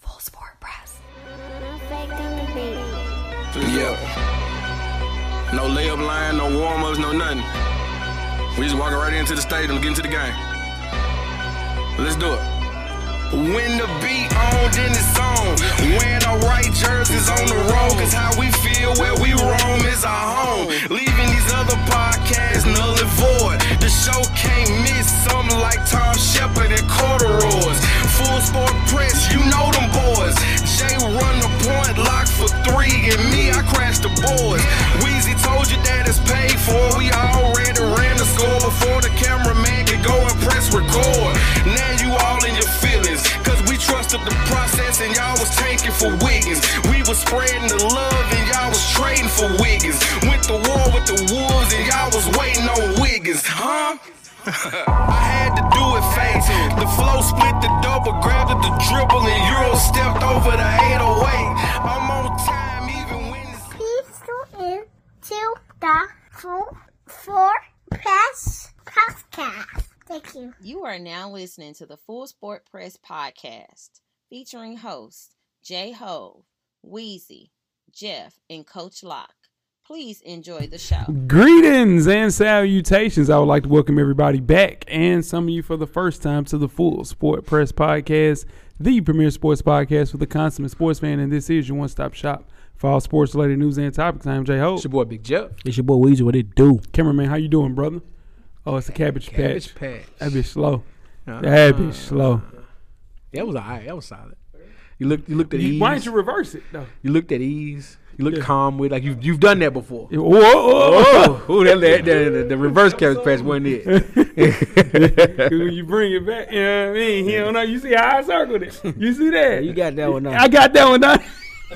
Full Sport Press. Yeah. No layup line, no warm ups, no nothing. We just walking right into the stadium, getting to the game. Let's do it. When the beat on, then it's on. When the right jerseys on the road, cause how we feel where we roam is our home. Leaving these other podcasts null and void. The show can't miss something like Tom Shepard and corduroys. Full sport press, you know them boys. Jay run the point, lock for three, and me, I crash the boards. Weezy told you that it's paid for. We already ran the score before the cameraman could go and press record. Now you all in your feelings, cause we trusted the process and y'all was tanking for Wiggins. We was spreading the love and y'all was trading for Wiggins. Went to war with the wolves and y'all was waiting on Wiggins, huh? I had to do it fast. The flow split the double, grabbed at the dribble, and Euro stepped over the 808. I'm on time, even when it's Please tune in to the Full Four Press Podcast. Thank you. You are now listening to the Full Sport Press podcast featuring hosts Jay Hove, Wheezy, Jeff, and Coach Locke. Please enjoy the show. Greetings and salutations. I would like to welcome everybody back and some of you for the first time to the Full Sport Press Podcast, the premier sports podcast for the consummate sports fan. And this is your one stop shop for all sports related news and topics. I am Jay Ho. It's your boy Big Jeff. It's your boy Weezy. What it do? Cameraman, how you doing, brother? Oh, it's a cabbage, Cabbage patch. patch. That bitch slow. Uh, That bitch slow. That was alright. That was solid. You looked. You looked at You- ease. why didn't you reverse it though? You looked at ease. You looked calm with like you've you've done that before. Whoa, whoa, Oh, that, that, that, the, the reverse cabbage patch wasn't it? whoa. when you bring it back, you know what I mean? You don't know. You see how I circled it. You see that? You got that one. Now. I got that one done.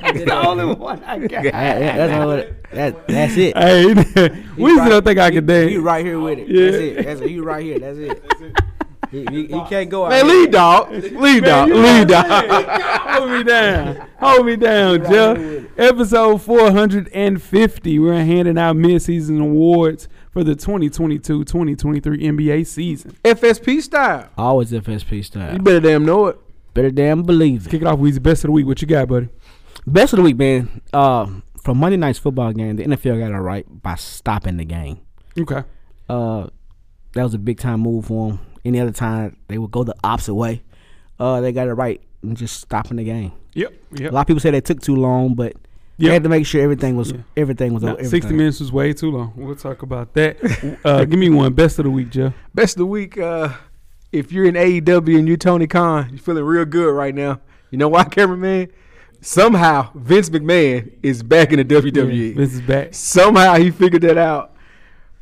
That's the only one I got. That- that- that's, all it- that- that's it. Hey, we right- don't think I could dance. You right here with it. Yeah. That's it. That's it. You right here. That's it. He, he- he can't go out. Hey, here. lead dog. Lead dog. You know Lead what dog. I'm saying? Hold me down. Hold me down, Jeff. Episode 450. We're handing out midseason awards for the 2022-2023 NBA season. FSP style. Always FSP style. You better damn know it. Better damn believe it. Kick it off with the best of the week. What you got, buddy? Best of the week, man. Uh, from Monday night's football game, the NFL got it right by stopping the game. Okay. Uh, that was a big time move for them. Any other time, they would go the opposite way. Uh, they got it right and just stopping the game. Yep. A Yep. lot of people say they took too long, but Yeah. they had to make sure everything was everything was Nah, everything. 60 minutes was way too long. We'll talk about that. uh, give me one. Best of the week, Jeff. Best of the week. Uh, if you're in AEW and you're Tony Khan, you're feeling real good right now. You know why, cameraman? Somehow Vince McMahon is back in the WWE. This is back. Somehow he figured that out.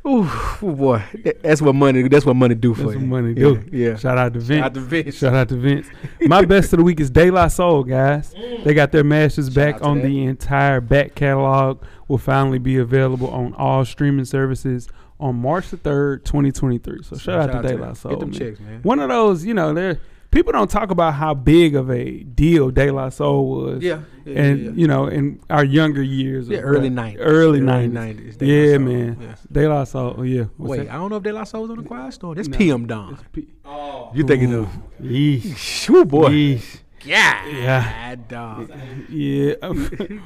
Ooh, oh boy, That- that's what money. That's what money do for That's you. what money yeah, do. Yeah. Shout out to Vince. out to Vince. Shout out to Vince. My best of the week is De La Soul, guys. Mm. They got their masters back on the entire back catalog. Will finally be available on all streaming services on March the third, twenty twenty three. So shout, out, to De La them. Soul. Get them checks, man. One of those, you know, they're people don't talk about how big of a deal De La Soul was. Yeah, yeah, yeah, and yeah. you know, in our younger years, Yeah, of early rap. 90s. early Early nineties, 90s, De La yeah, Soul, man, yeah. De La Soul, yeah. What's Wait, that? I don't know if De La Soul was on the quiet store. That's PM Don. P- Oh. You thinking of? Yeesh. Oh boy. Yeesh. Yeah. Yeah. dog. Yeah.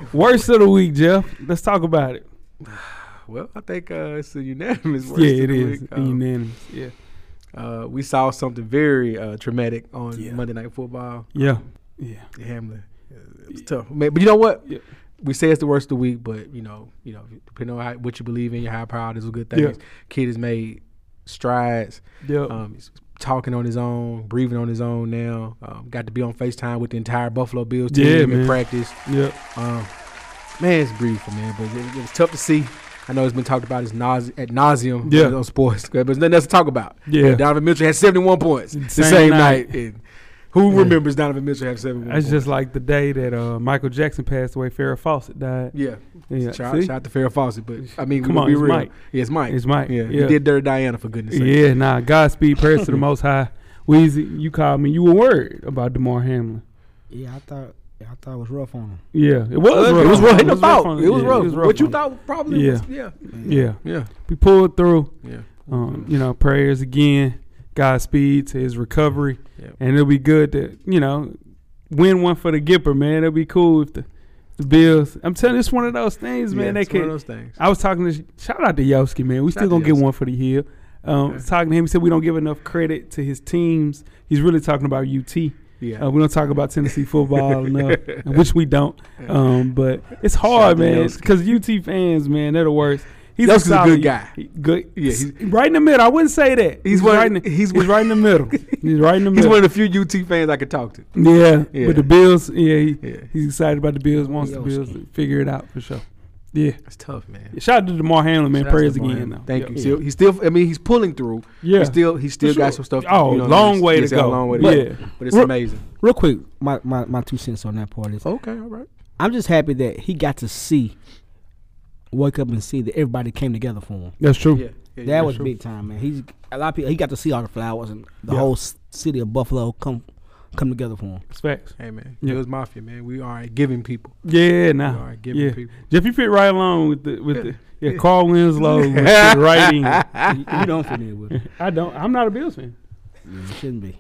Worst of the week, Jeff. Let's talk about it. Well, I think uh, it's a unanimous. worst yeah, of it the is. week. Um, Unanimous. Yeah. uh, we saw something very uh, traumatic on Monday Night Football. Yeah. Yeah. Hamlin. It was tough, man. But you know what? Yeah. We say it's the worst of the week, but you know, you know, depending on how, what you believe in, your high priorities are good things. Yeah. Oh. Kid has made strides. Yep. Um, he's talking on his own, breathing on his own now. Um, got to be on Facetime with the entire Buffalo Bills team Yeah, man. in practice. Yep. Um, man, it's beautiful, man. But it, it was tough to see. I know it's been talked about as nause, at nauseum Yeah. on sports, but there's nothing else to talk about. Yeah. Donovan Mitchell had 71 points the Same same night. night. and Who remembers Donovan Mitchell have seven? That's one just like the day that uh, Michael Jackson passed away. Farrah Fawcett died. point? yeah. Yeah, Shout, see? shout out to Farrah Fawcett, but I mean, Come we'll on, be it's real. Mike. Yeah, it's Mike. It's Mike, Yeah, yeah. he did Dirty Diana for goodness' sake. Yeah, nah. Godspeed, prayers to the Most High. Weezy, you called me. You were worried about Demar Hamlin. Yeah, I thought I thought it was rough on him. Yeah, it was. It was rough. rough. It was rough. on- It was yeah, rough. What you on- thought probably Yeah. was. Yeah. Yeah, Yeah. we pulled through. Yeah. Um, you know, prayers again. Godspeed to his recovery, Yep. and it'll be good to you know win one for the Gipper, man. It'll be cool if the, the Bills. I'm telling you, it's one of those things, man. Yeah, They it's one of could. those things. I was talking to shout out to Yoski, man. We Shout still out gonna to get Yoski. one for the hill. Um, I was talking to him, he said we don't give enough credit to his teams. He's really talking about UT. Yeah. Uh, we don't talk about Tennessee football enough, which we don't. Um, but it's hard, Shout out to man, Yoski. because UT fans, man, they're the worst. He's Oh, Yoski's a solid- good guy. he- Good. Yeah, he's he's- right in the middle. I wouldn't say that. He's one- right. In the, he's, he's- right in the middle. He's right in the He's middle. one of the few UT fans I could talk to. yeah, Yeah. But the Bills, yeah, he, Yeah. he's excited about the Bills. Wants the Yoski. Bills to figure it out for sure. Yeah. That's tough, man. Shout out to Demar Hamlin, man. Shout out to Prayers Demar again, Hamlin. though. Thank Yeah. you. Still, he's still. I mean, he's pulling through. Yeah. He still. He still For got sure. some stuff. Oh, what I long mean? way to He's got a go. Long way to go. Yeah. But it's Re- amazing. Real quick, my, my, my two cents on that part is Okay. All right. I'm just happy that he got to see, wake up and see that everybody came together for him. That's true. Yeah. yeah, that was sure. big time, man. He's a lot of people. He got to see all the flowers and the Yeah. whole s- city of Buffalo come come together for him. It's facts. Hey man, Yeah. it was mafia, man. We are giving people. Yeah, nah. all right, give yeah. it people. Jeff, you fit right along with the with the yeah, Carl Winslow would fit right in. Ah. you, you don't familiar with him. I don't I'm not a Bills fan. You shouldn't be.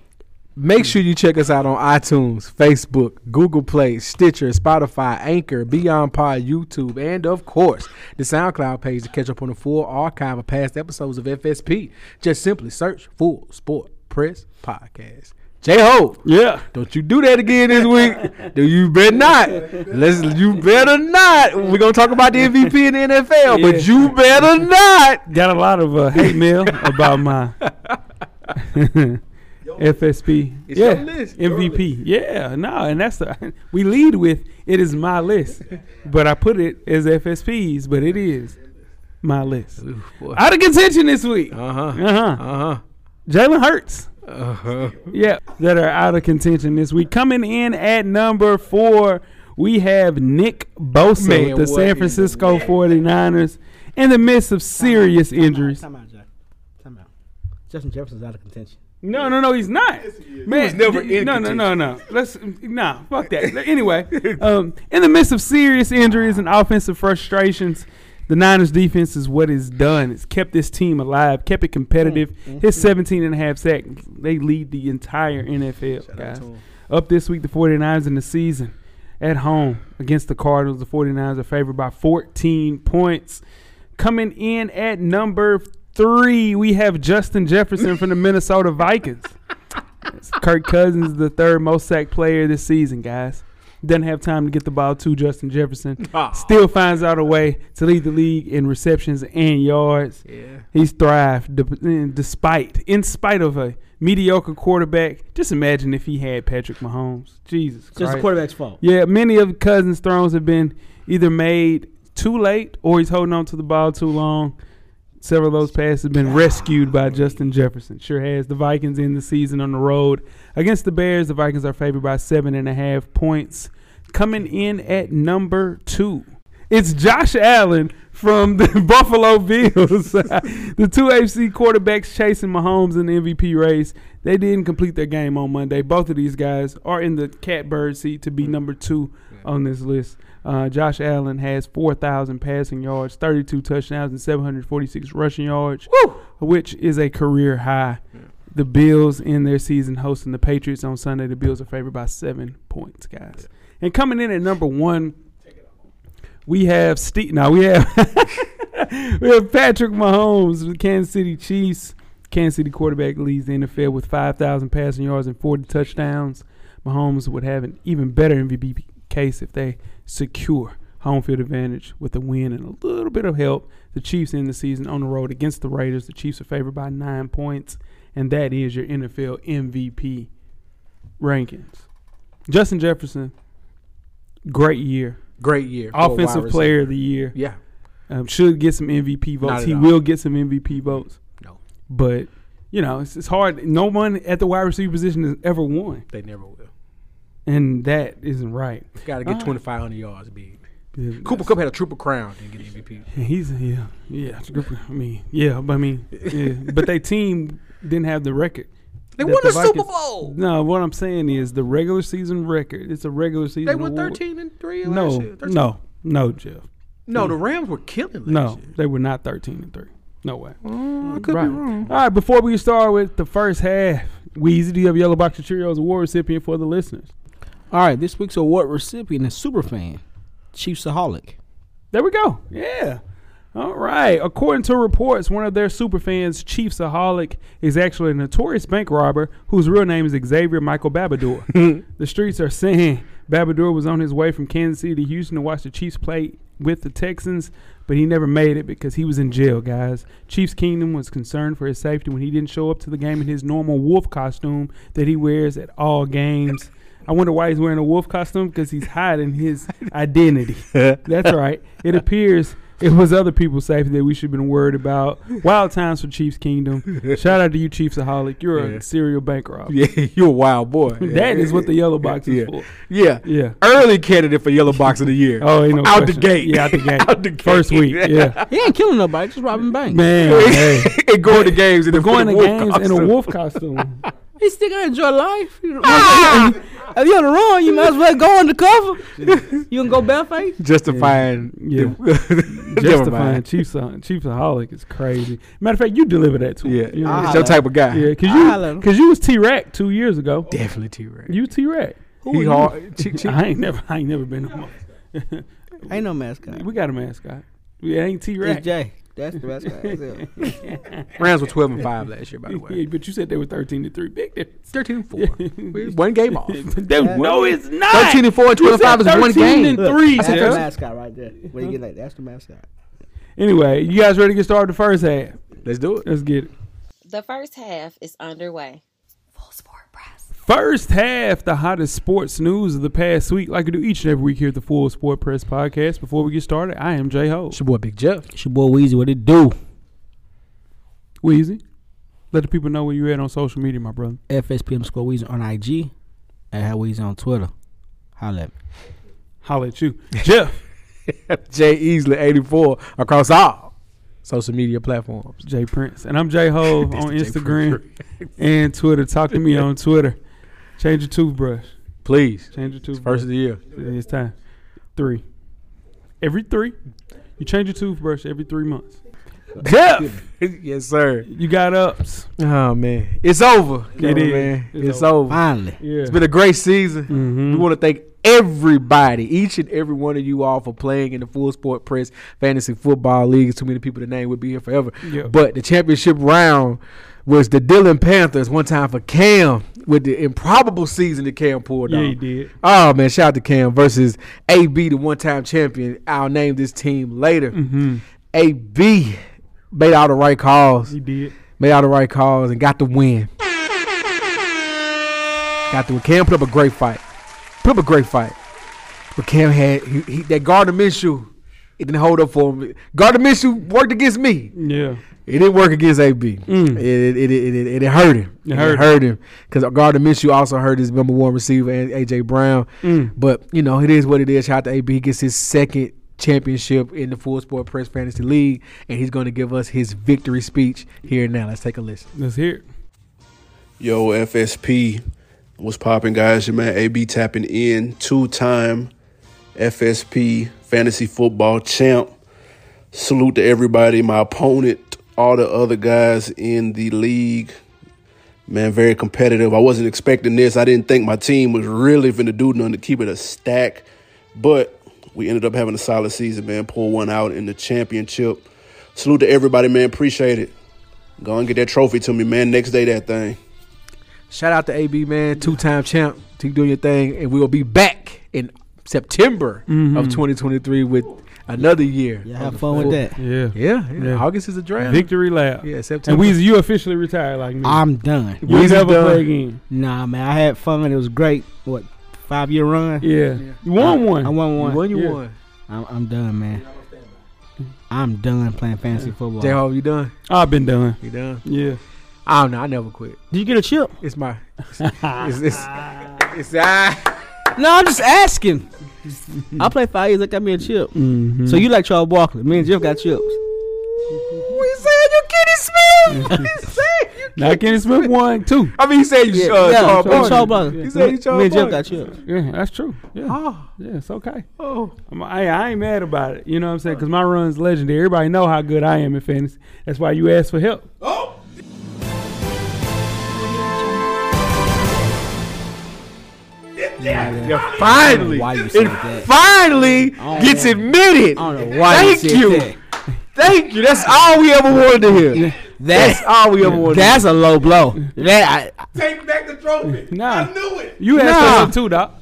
Make sure you check us out on iTunes, Facebook, Google Play, Stitcher, Spotify, Anchor, Beyond Pod, YouTube, and of course, the SoundCloud page to catch up on the full archive of past episodes of FSP. Just simply search Full Sport Press Podcast. J Ho, Yeah. don't you do that again this week. Do you better not. Let's you better not. We're gonna talk about the MVP in the NFL, but Yeah. you better not. Got a lot of uh, hate mail about my FSP. It's yeah. your list, your MVP. Yeah. No, and that's the we lead with it is my list. But I put it as FSPs, but it is my list. Out of contention this week. Uh-huh. Uh-huh. Uh-huh. Jalen Hurts. Uh-huh. yeah, that are out of contention this week. Coming in at number four, we have Nick Bosa Man, with the what San in Francisco 49ers in the midst of serious injuries. Time out, Jack. Time out. Justin Jefferson's out of contention. No, no, no, he's not. Man, was never d- in no, no, no, no. Let's nah, fuck that. anyway, um, in the midst of serious injuries and offensive frustrations, the Niners defense is what is done. It's kept this team alive, kept it competitive. Mm-hmm. His 17 and a half sacks, they lead the entire NFL, guys. Up this week, the 49ers in the season at home against the Cardinals. The 49ers are favored by 14 points. Coming in at number three, we have Justin Jefferson from the Minnesota Vikings. Kirk Cousins is the third most sacked player this season, guys. Doesn't have time to get the ball to Justin Jefferson. Aw. Still finds out a way to lead the league in receptions and yards. Yeah. He's thrived dep- despite, in spite of a mediocre quarterback. Just imagine if he had Patrick Mahomes. Jesus So it's Christ. the quarterback's fault. Yeah, many of Cousins' throws have been either made too late or he's holding on to the ball too long. Several of those passes have been rescued by Justin Jefferson. Sure has. The Vikings end the season on the road against the Bears. The Vikings are favored by seven and a half points. Coming in at number two, it's Josh Allen from the Buffalo Bills. the two AFC quarterbacks chasing Mahomes in the MVP race. They didn't complete their game on Monday. Both of these guys are in the catbird seat to be number two on this list. Uh, Josh Allen has 4,000 passing yards, 32 touchdowns, and 746 rushing yards, which is a career high. The Bills in their season hosting the Patriots on Sunday. The Bills are favored by seven points, guys. And coming in at number one, we have Steve. Now we have we have Patrick Mahomes with the Kansas City Chiefs. Kansas City quarterback leads the NFL with 5,000 passing yards and 40 touchdowns. Mahomes would have an even better MVP case if they secure home field advantage with a win and a little bit of help. The Chiefs end the season on the road against the Raiders. The Chiefs are favored by nine points, and that is your NFL MVP rankings. Justin Jefferson, great year, Great year. for a wide offensive receiver. player of the year. Yeah. Um, should get some MVP votes. at He all. will get some MVP votes. No. But you know, it's, it's hard. No one at the wide receiver position has ever won, They never will. and that isn't right. Got to get Ah. 2,500 yards big. Yeah, Cooper Cup had a triple crown and get MVP. He's yeah, yeah. it's a good- I mean, yeah, but I mean, yeah. but their team didn't have the record. They that won the Super Vikings- Bowl. No, what I'm saying is the regular season record. It's a regular season. They went award. 13 and 3 last No, year. 13. no, no, Jeff. No, the Rams were killing last No, year. they were not 13 and 3. No way. Mm, I could right. be wrong. All right, before we start with the first half, Weezy, do you have Yellow Box of Cheerios award recipient for the listeners? All right, this week's award recipient is Superfan, Chiefsaholic. There we go. Yeah. All right. According to reports, one of their superfans, Chief Saholic, is actually a notorious bank robber whose real name is Xavier Michael Babadour. the streets are saying Babadour was on his way from Kansas City to Houston to watch the Chiefs play with the Texans, but he never made it because he was in jail, guys. Chiefs Kingdom was concerned for his safety when he didn't show up to the game in his normal wolf costume that he wears at all games. I wonder why he's wearing a wolf costume because he's hiding his identity. That's right. It appears it was other people's safety that we should have been worried about. Wild times for Chiefs Kingdom. Shout out to you, Chiefsaholic. You're Yeah. a serial bank robber. Yeah, you a wild boy. That is what the yellow box is yeah. for. Yeah. Yeah. Early candidate for Yellow Box of the Year. Oh, ain't no Out question. the gate. Yeah, out the gate. Out the gate. First week. Yeah. He ain't killing nobody, just robbing banks. Man, hey. and going to games and Going to games in a wolf costume. He still gotta enjoy life. You know, Ah! if you're on the run, you might as well go undercover. you can go bareface. Justifying. Yeah. the- Never Justifying mind. Chiefs Chiefsaholic is crazy. Matter of fact, you deliver that to Yeah. him. You know? It's your type of guy. Yeah, cause I'll holler at you, 'em. cause you was T Rack two years ago. Definitely T Rex. You T Rack. He hard. Chi- chi- I ain't never, I ain't never been. No more. Ain't no mascot. We got a mascot. We ain't T Rack. It's Jay. That's the mascot. That's it. Rams were 12 and 5 last year, by the Yeah, way. but you said they were thirteen to three. Big difference. 13 and 4. We- one game off. They- no, it's not. 13 and 4 and You 25 is said one 13 game. and three. That's Jeff. the mascot right there. When you get like, that's the mascot. Anyway, you guys ready to get started? with The first half. Let's do it. Let's get it. The first half is underway. Full Sport Press. First half, the hottest sports news of the past week, like we do each and every week here at the Full Sport Press Podcast. Before we get started, I am J Ho. It's your boy Big Jeff. It's your boy Weezy. What it do? Weezy, let the people know where you at on social media, my brother. FSPM score Weezy on IG. And how Weezy on Twitter. Holla at me. Holla at you, Jeff. Jay Easley, 84, across all social media platforms. Jay Prince. And I'm Jay Ho on Jay Prince. Instagram and Twitter. Talk to me on Twitter. Change your toothbrush. Please. Change your toothbrush. First of the year. It's time. Three. Every three. You change your toothbrush every three months. Jeff! yes, sir. You got ups. Oh, man. It's over. It Oh, is. Man. It's, It's over. Mm-hmm. Finally. Yeah. It's been a great season. Mhm. We want to thank everybody, each and every one of you all, for playing in the Full Sport Press Fantasy Football League. It's too many people to name. We'll be here forever. Yeah. But the championship round was the Dillon Panthers, one time for Cam, with the improbable season that Cam pulled yeah, off. you did. Oh man, shout out to Cam versus AB, the one-time champion. I'll name this team later. AB made all the right calls, You did. made all the right calls, and got the win. Got the win. Cam put up a great fight. Put up a great fight, but Cam had he, he, that Gardner Minshew. It didn't hold up for him. Gardner Minshew worked against me. Yeah. It didn't work against AB. Mm. It, it, it, it, it, it hurt him. It hurt him. him. Because Gardner Minshew also hurt his number one receiver, and A.J. Brown. Mm. But, you know, it is what it is. Shout out to AB. He gets his second championship in the Full Sport Press Fantasy League, and he's going to give us his victory speech here and now. Let's take a listen. Let's hear it. Yo, FSP, what's poppin', guys? Your man AB tapping in, two-time FSP fantasy football champ. Salute to everybody, my opponent, all the other guys in the league. Man, very competitive. I wasn't expecting this. I didn't think my team was really finna do nothing to keep it a stack, but we ended up having a solid season, man. Pull one out in the championship. Salute to everybody, man. Appreciate it. Go and get that trophy to me, man. Next day, that thing. Shout out to AB, man. Two time champ. Keep doing your thing. And we will be back in September Mm-hmm. of 2023 with another year. Yeah, of have the fun with full- that. Yeah. Yeah, yeah. Yeah. August is a draft. Victory lap. Yeah, And September. Weezy, you officially retired like me. I'm done. you Weezy never done. play again. Nah, man. I had fun. It was great. What, five year run? Yeah. You won one. I won one. You won, you Yeah. won. I'm, I'm done, man. I'm done playing fantasy football. J Ho, you done? I've been done. You done? Yeah. I don't know. I never quit. Did you get a chip? It's my. It's it's, it's, it's, ah. No, I'm just asking. I played five years. They got me a chip. Mm-hmm. So you like Charles Barkley? Me and Jeff got chips. We said you Kenny Smith. We said you Now Kenny Smith won too. I mean, he said you. uh, yeah, Charles Charles Barkley. Barkley. He said you Charles me and Jeff Barkley. got chips. Yeah, that's true. Yeah, Oh, yeah, it's okay. oh. I'm, I, I ain't mad about it. You know what I'm saying? Because my run's legendary. Everybody know how good I am in fantasy. That's why you asked for help. Yeah, finally, why you it said that. finally don't gets know. admitted. I don't know why Thank you said you. that. Thank you. That's all we ever wanted to hear. That's That's all we ever wanted. to hear. that's a low blow. That I, Take back the trophy. Nah. I knew it. You asked Nah. for help too, Doc.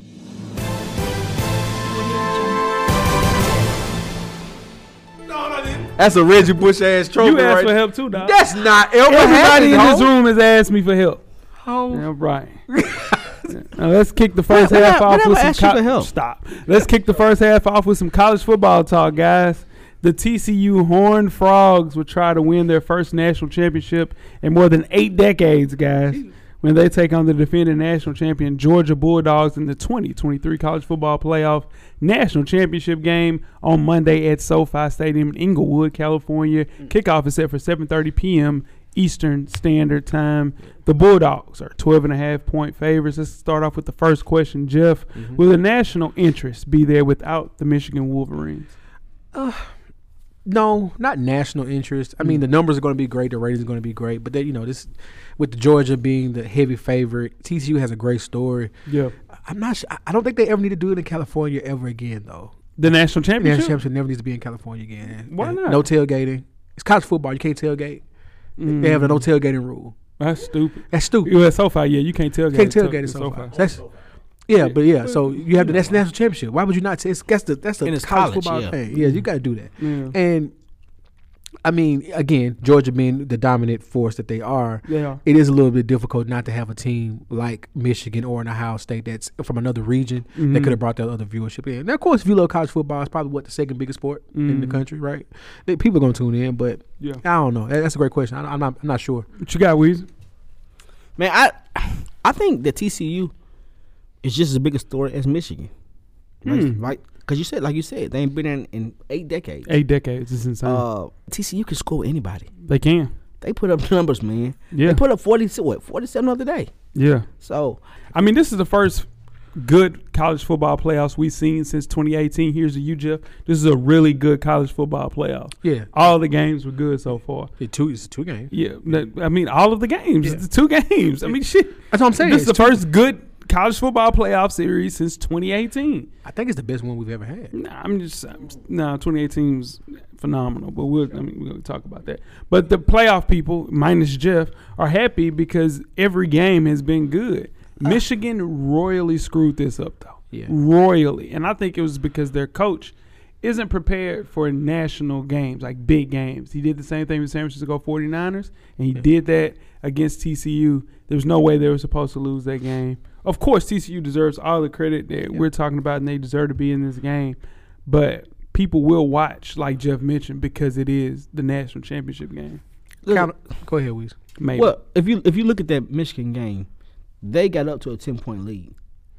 No, no, I didn't. That's a Reggie Bush ass trophy. You asked right for help too, Doc. That's not ever Everybody in this happened, room has asked me for help. ho. Yeah, right. Now let's kick the first Oh. Whatever- half off whatever with some asked you co- for help? stop. Let's kick the first half off with some college football talk, guys. The TCU Horned Frogs will try to win their first national championship in more than eight decades, guys. When they take on the defending national champion Georgia Bulldogs in the 2023 college football playoff national championship game on Monday at SoFi Stadium in Inglewood, California, Mm. kickoff is set for 7:30 p.m. Eastern Standard Time. The Bulldogs are 12 and a half point favorites. Let's start off with the first question, Jeff. Will the national interest be there without the Michigan Wolverines? no, not national interest. I mean, the numbers are going to be great, the ratings are going to be great, but they, you know, this with Georgia being the heavy favorite, TCU has a great story. Yeah. I'm not. Sure, I don't think they ever need to do it in California ever again, though. The national The national championship? championship never needs to be in California again. Why And not? No tailgating. It's college football. You can't tailgate. They have a no tailgating rule. That's stupid. That's stupid. You at SoFi, yeah, you can't tailgate. can't at tailgate at SoFi. SoFi. That's yeah, but yeah. So you have the that's the national championship. Why would you not? T- it's, that's the that's the And it's college, college, football yeah. thing. Yeah, you got to do that. And I mean, again, Georgia being the dominant force that they are, They are. it is a little bit difficult not to have a team like Michigan or an Ohio State that's from another region that could have brought that other viewership in. Now, of course, if you love college football, it's probably what the second biggest sport in the country, right? They, people are gonna tune in, but Yeah. I don't know. That- That's a great question. I, I'm not. I'm not sure. What you got, Weezy? man, I I think that TCU is just as big a story as Michigan. Like, Hmm. like- cause you said, like you said, they ain't been in in eight decades. Eight decades. It's insane. Uh, TCU can score with anybody. they can. They put up numbers, man. Yeah. They put up forty what forty seven the other day. Yeah. So I mean, this is the first good college football playoffs we've seen since 2018. Here's to you, Jeff. This is a really good college football playoff. Yeah. All the games were good so far. It two is two games. Yeah, that- I mean, all of the games, It's the two games. I mean, shit. That's what I'm saying. This is the It's two- first good college football playoff series since 2018. I think it's the best one we've ever had. Nah, I'm just I'm, nah. 2018 was phenomenal, but we'll I mean we're gonna talk about that. But the playoff people, minus Jeff, are happy because every game has been good. Michigan royally screwed this up though, Uh. Yeah. royally, and I think it was because their coach isn't prepared for national games like big games. He did the same thing with San Francisco 49ers, and he did that against TCU. There was no way they were supposed to lose that game. Of course, TCU deserves all the credit that we're talking about, and they deserve to be in this game but people will watch, like Jeff mentioned, because it is the national championship game. Count- go ahead, Weez. Maybe. Well, if you if you look at that Michigan game, they got up to a ten point lead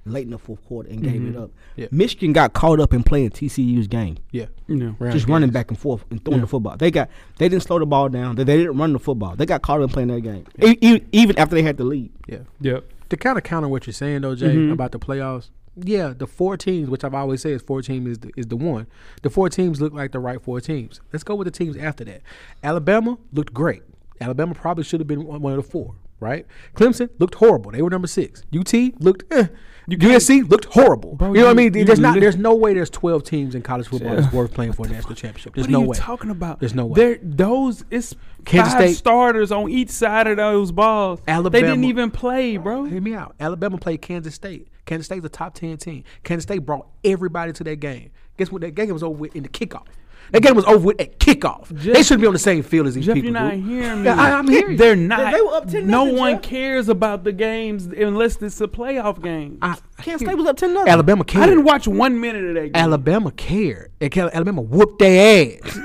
late in the fourth quarter and gave it up. Yeah. Michigan got caught up in playing TCU's game, Yeah. no. Round just game. running back and forth and throwing the football. They got they didn't slow the ball down. They, they didn't run the football. They got caught up in playing that game, E- e- even after they had the lead. Yeah. Yep. To kind of counter what you're saying though, Jay, Mm-hmm. about the playoffs. Yeah, the four teams, which I've always said is four teams is the, is the one. The four teams look like the right four teams. Let's go with the teams after that. Alabama looked great. Alabama probably should have been one one of the four, right? Clemson looked horrible. They were number six. UT looked. Eh. USC looked horrible. Bro, you know what I you- mean? you There's not. lit- There's no way. There's 12 teams in college football that's worth playing for a national championship. There's what no are you way. talking about? There's no way. There, those it's Kansas five State- starters on each side of those balls. They didn't Alabama. even play, bro. Hear me out. Alabama played Kansas State. Kansas State's a top ten team. Kansas State brought everybody to that game. Guess what? That game was over with in the kickoff. That game was over with at kickoff. they shouldn't be on the same field as these Jeff, people. you're not dude. hearing me. Yeah, I, am hearing. you. They're not. they were up 10 no nothing, one Jeff. cares about the games unless it's a playoff game. I, I, I Kansas hear State you. was up ten nothing. Alabama cared. didn't watch one minute of that game. Alabama cared. And Cal- Alabama whooped their ass.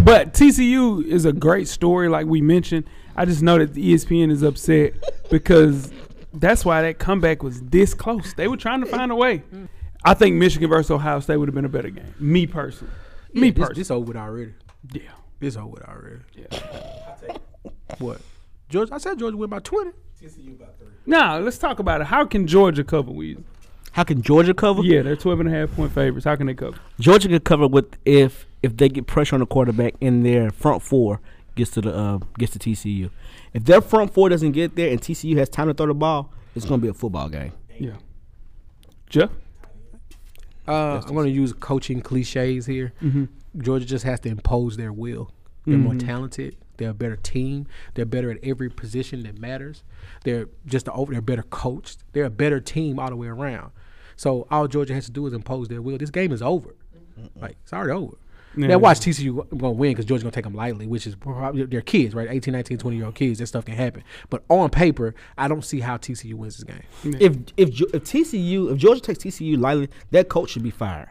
But TCU is a great story, like we mentioned. I just know that E ESPN is upset because that's why that comeback was this close. They were trying to find a way. I think Michigan versus Ohio State would have been a better game. Me personally. Me this, personally. this over with already. yeah. This over with already. Yeah. what? George, I said George win by twenty. Now, let's talk about it. How can Georgia cover Weezy? How can Georgia cover? Yeah, they're 12 and a half point favorites. How can they cover? Georgia can cover with if if they get pressure on the quarterback and their front four gets to the uh, gets to TCU. If their front four doesn't get there and TCU has time to throw the ball, it's gonna be a football game. Yeah. Jeff? Uh, I'm going to use coaching cliches here. Georgia just has to impose their will. They're more talented. They're a better team. They're better at every position that matters. They're just a, over. They're better coached. They're a better team all the way around. So all Georgia has to do is impose their will. This game is over. Like it's already over. Yeah. Now watch TCU going to win because Georgia's going to take them lightly, which is probably their kids, right? 18, 19, 20 year old kids. That stuff can happen. But on paper, I don't see how TCU wins this game. If if Ge- if TCU if Georgia takes TCU lightly, that coach should be fired.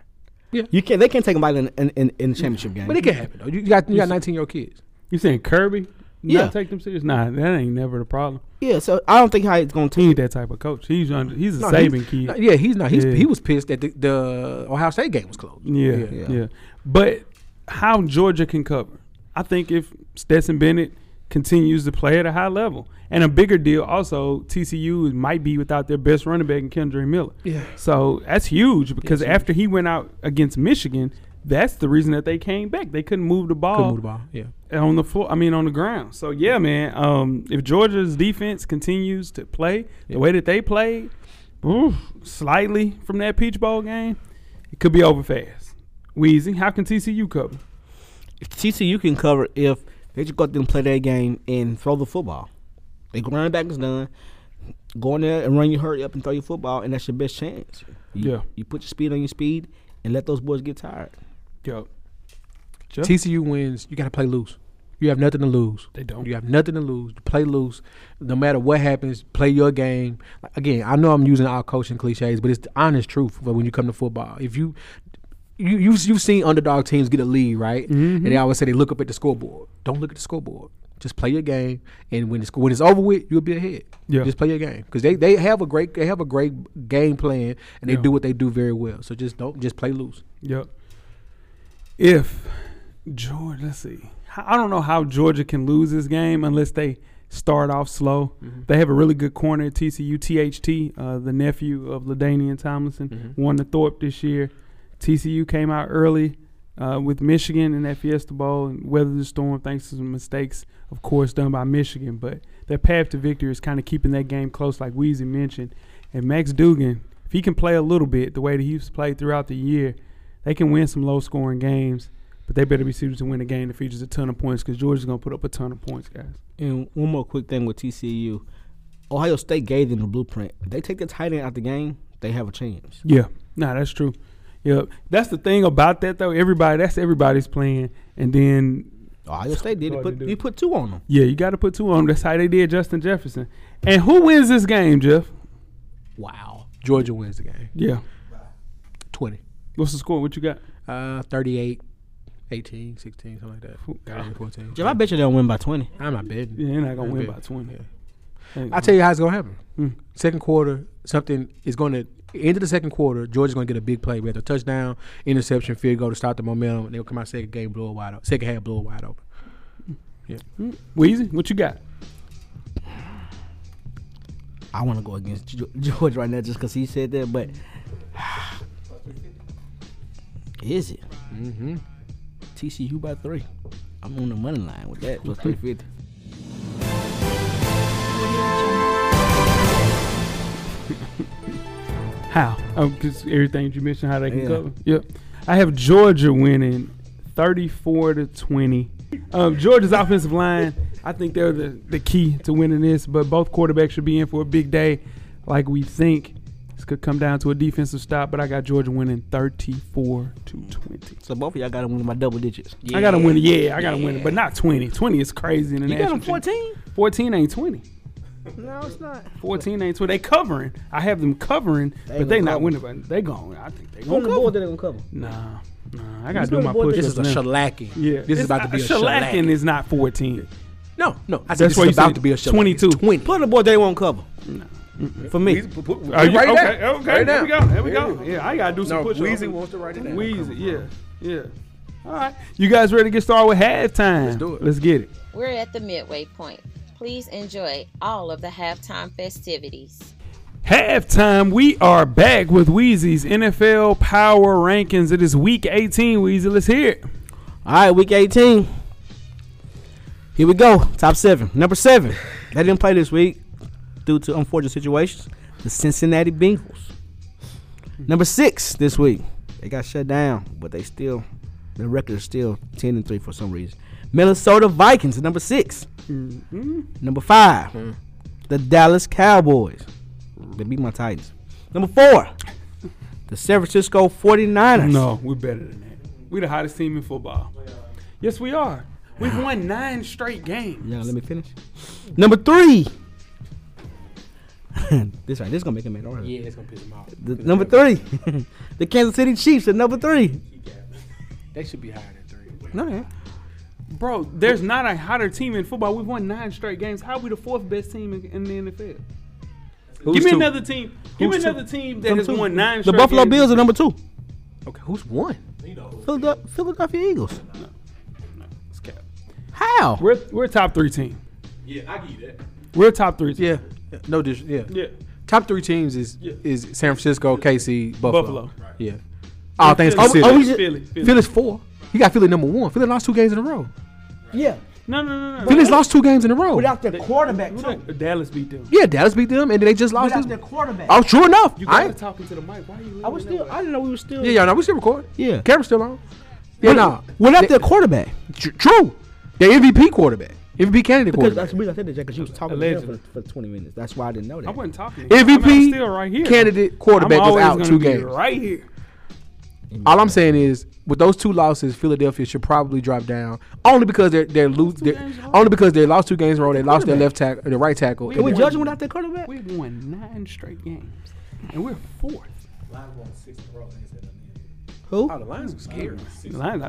Yeah. you can not They can't take him lightly in in, in, in the championship game. But it can happen though. You got you got 19 year old kids. You saying Kirby? Yeah. Yeah. Not take them serious? Nah, that ain't never the problem. yeah, so I don't think how it's gonna He take. ain't that type of coach. He's under, he's a No, saving kid. he's- no, yeah, he's not. He's, Yeah. He was pissed that the, the Ohio State game was closed. Yeah, yeah, Yeah. But how Georgia can cover? I think if Stetson Bennett continues to play at a high level, and a bigger deal also, TCU might be without their best running back in Kendra Miller. Yeah. So that's huge because after he went out against Michigan, that's the reason that they came back. They couldn't move the ball. Couldn't move the ball. Yeah. on the floor. I mean, on the ground. So yeah, man. Um, if Georgia's defense continues to play the way that they played, oof, slightly from that Peach Bowl game, it could be over fast. Wheezy, how can TCU cover? If TCU can cover if they just go out there and play their game and throw the football. They running back is done. Go in there and run your hurry up and throw your football, and that's your best chance. You, Yeah. you put your speed on your speed and let those boys get tired. Yo, TCU wins. You got to play loose. You have nothing to lose. They don't. You have nothing to lose. Play loose. No matter what happens, play your game. Like, Again, I know I'm using our coaching cliches, but it's the honest truth. But when you come to football, if you you you've, you've seen underdog teams get a lead, right? Mm-hmm. And they always say they look up at the scoreboard. Don't look at the scoreboard. Just play your game, and when it's when it's over with, you'll be ahead. Yeah. Just play your game because they, they have a great they have a great game plan and they Yeah. do what they do very well. So just don't just play loose. Yep. If Georgia, let's see. I I don't know how Georgia can lose this game unless they start off slow. They have a really good corner at TCU. THT, uh, the nephew of Ladainian Tomlinson, won the Thorpe this year. TCU came out early uh, with Michigan in that Fiesta Bowl and weathered the storm thanks to some mistakes, of course, done by Michigan. But their path to victory is kind of keeping that game close, like Weezy mentioned. And Max Dugan, if he can play a little bit the way that he's played throughout the year, they can win some low scoring games, but they better be suited to win a game that features a ton of points because Georgia's gonna put up a ton of points, guys. And one more quick thing with TCU, Ohio State gave them the blueprint. If they take the tight end out the game, they have a chance. Yeah, nah, that's true. Yep, that's the thing about that though. Everybody, that's everybody's playing, and then Ohio State did it. Hard to Put, do. you put two on them. yeah, you got to put two on. 'em. That's how they did Justin Jefferson. And who wins this game, Jeff? Wow. Georgia wins the game. Yeah, 20. what's the score? What you got? Uh, 38, 18, 16, something like that. 13, 14. Jeff, I bet you they'll win by twenty. I'm not betting. Oh. Yeah, they're not gonna I win bet. by twenty. I tell you how it's gonna happen. Hmm. Second quarter, something is gonna end of the second quarter. Georgia's gonna get a big play, whether a touchdown, interception, field goal to start the momentum. And they'll come out second game, blow it wide open. Second half, blow it wide open. Weezy, what you got? I want to go against Ge- George right now just because he said that, but is it? Mm-hmm. TCU by three. I'm on the money line with that. Plus three fifty. How? Oh, because everything that you mentioned, how they can Yeah. cover. Yep. I have Georgia winning 34 to 20. Um, Georgia's offensive line, I think they're the, the key to winning this, but both quarterbacks should be in for a big day like we think. This could come down to a defensive stop, but I got Georgia winning 34 to 20. So both of y'all got to win by double digits. I got to win it. Yeah, I got to win it, but not 20. 20 is crazy. In the You got national them champ- fourteen? 14 ain't 20. No, it's not. 14 ain't 20. They covering. I have them covering, but ain't they gonna not cover. winning. But they gone. I think they On gonna the cover. board, they're gonna cover. Nah, nah. I gotta not do a my boy push. that- This is a shellacking. Yeah, This is It's- about to uh, be a shellacking. shellacking. Is not fourteen. No, no. I said That's this why is you about said to be a show. 22. Twenty. Put the boy they won't cover. For me, Weezy, put- put- Are you, write it okay, down. okay. Write it There we go. down. There we go. Yeah. Yeah, I gotta do some No, push-ups. Wheezy wants to write it down. Wheezy, yeah, yeah. All right, you guys ready to get started with halftime? Let's do it. Let's get it. We're at the midway point. Please enjoy all of the halftime festivities. Halftime, we are back with Wheezy's NFL Power Rankings. It is Week 18. Wheezy, let's hear it. All right, week 18. Here we go. Top seven. Number seven. They didn't play this week due to unfortunate situations. The Cincinnati Bengals. Number six this week. They got shut down, but they still, their record is still 10 and 3 for some reason. Minnesota Vikings at number 6 Number 5 The Dallas Cowboys. They beat my Titans. Number four. The San Francisco 49ers. No, we're better than that. We're the hottest team in football. Yes, we are. We've won nine straight games. Yeah, let me finish. Number three. this right. This is gonna make him mad. alright. it's gonna piss him off. The- number three, the Kansas City Chiefs at number three. They should be higher than three. No, yeah. Bro, there's not a hotter team in football. We've won nine straight games. How are we the fourth best team in, in the NFL? Give me two? another team. Give me Who's two? another team that Number has two. won nine The straight Buffalo games. Bills are number two. Okay, who's one? Philadelphia, Philadelphia Eagles. It's cap. How? We're, we're a top three team. Yeah, I give you that. We're a top three team. Yeah. No, dis- yeah. Yeah. Top three teams is Yeah. is San Francisco, KC, Buffalo. Buffalo. Yeah. All things Philly. considered. Oh, we just- Philly, Philly. Philly's four. You got Philly number one. Philly lost two games in a row. Yeah, No, no, no, no. Philly's lost two games in a row. their quarterback Who the- Dallas beat them. yeah, Dallas beat them, and they just lost. This- quarterback. oh, true enough. You I gotta ain't- talk into the mic. Why are you? leaning I was that still. way? I didn't know we were still. yeah, y'all know we still record. Yeah. camera's still on. Yeah, no. Without their quarterback. True. Their MVP quarterback, MVP candidate Because quarterback, that's the reason I said that because you was talking to him for, for 20 minutes. That's why I didn't know that. I wasn't talking. MVP I mean, I'm still right here. candidate quarterback I'm was always out gonna two be games. Right here. All I'm saying is, with those two losses, Philadelphia should probably drop down only because they're they're lose they're, games in a row. only because they lost two games in a row. They lost their left tackle, their right tackle. We and Can we they- won. judge him without their quarterback? We've won nine straight games, and we're fourth. Who? The Lions, I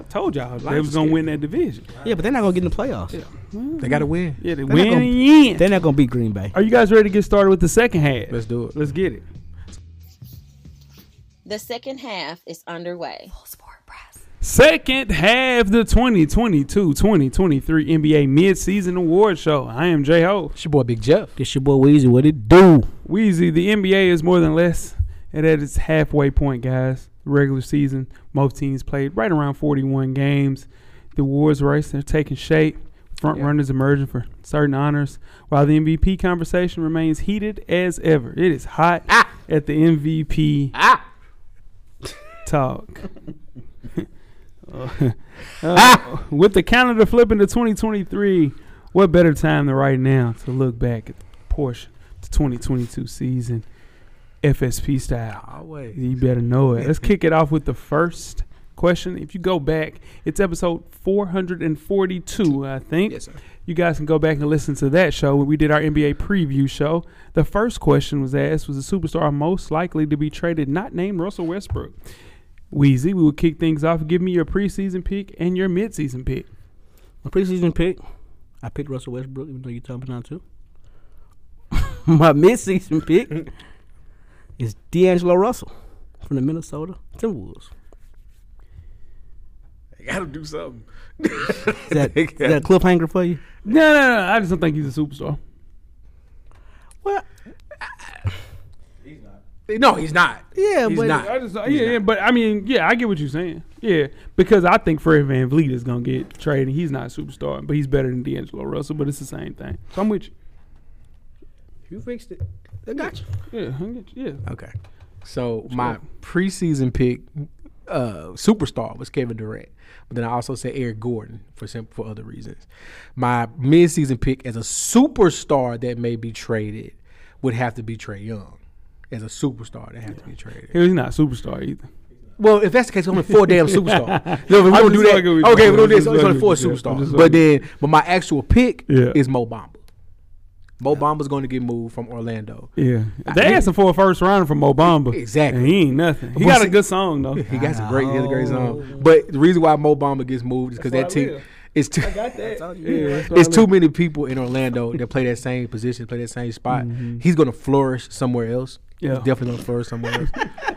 told y'all they was gonna win that division. Yeah, but they're not gonna get in the playoffs. they got to win. Yeah, they They're not win gonna- again. They're not gonna beat Green Bay. Are you guys ready to get started with the second half? Let's do it. Let's get it. The second half is underway. Full Sport Press. Second half, the 2022-2023 NBA Midseason Award Show. I am J Ho. It's your boy Big Jeff. This your boy Weezy. What it do? Weezy, the NBA is more than less at its halfway point, guys. Regular season, most teams played right around 41 games. The awards race are taking shape. Front runners emerging for certain honors, while the MVP conversation remains heated as ever. It is hot at the MVP talk. Uh, with the calendar flipping to 2023, what better time than right now to look back at the portion the 2022 season, FSP style. Always. You better know it. Let's kick it off with the first question. If you go back, it's episode 442, I think. Yes, sir. You guys can go back and listen to that show when we did our NBA preview show. The first question was asked was the superstar most likely to be traded, not named Russell Westbrook. Wheezy, we will kick things off. Give me your preseason pick and your midseason pick. My preseason pick, I picked Russell Westbrook, even though you told me not to. My midseason pick is D'Angelo Russell from the Minnesota Timberwolves. They got to do something. Is that, is that a cliffhanger for you? No, no, no. I just don't think he's a superstar. Well, No, he's not. yeah, He's but not. I just, yeah, yeah, but I mean, yeah, I get what you're saying. Yeah, because I think Fred Van Vliet is gonna get traded. He's not a superstar, but he's better than D'Angelo Russell. But it's the same thing. So I'm with you. you fixed it. I got you. Yeah, I'm with you. yeah. Okay. So my preseason pick uh superstar was Kevin Durant. But then I also said Eric Gordon for sim- for other reasons. My midseason pick as a superstar that may be traded would have to be Trey Young. As a superstar that have to be traded. He's not a superstar either. Well, if that's the case, I'm only four damn superstar. No, if we I'm don't do just that. fucking with you. Okay, we don't I'm do this. just so It's fucking only four with you. I'm just superstars. fucking But with you. then, but my actual pick Yeah. is Mo Bamba. Mo Bamba's going to get moved from Orlando. Yeah, they asked him for a first round from Obama. Exactly. and he ain't nothing. He Well, got a see- good song though. He got some great, he has a great song. But the reason why Mo Bamba gets moved is because that That's why I team, live. It's too. It's too many people in Orlando that play that same position, play that same spot. He's gonna flourish somewhere else. Mm-hmm. Yeah. He's definitely gonna flourish somewhere else.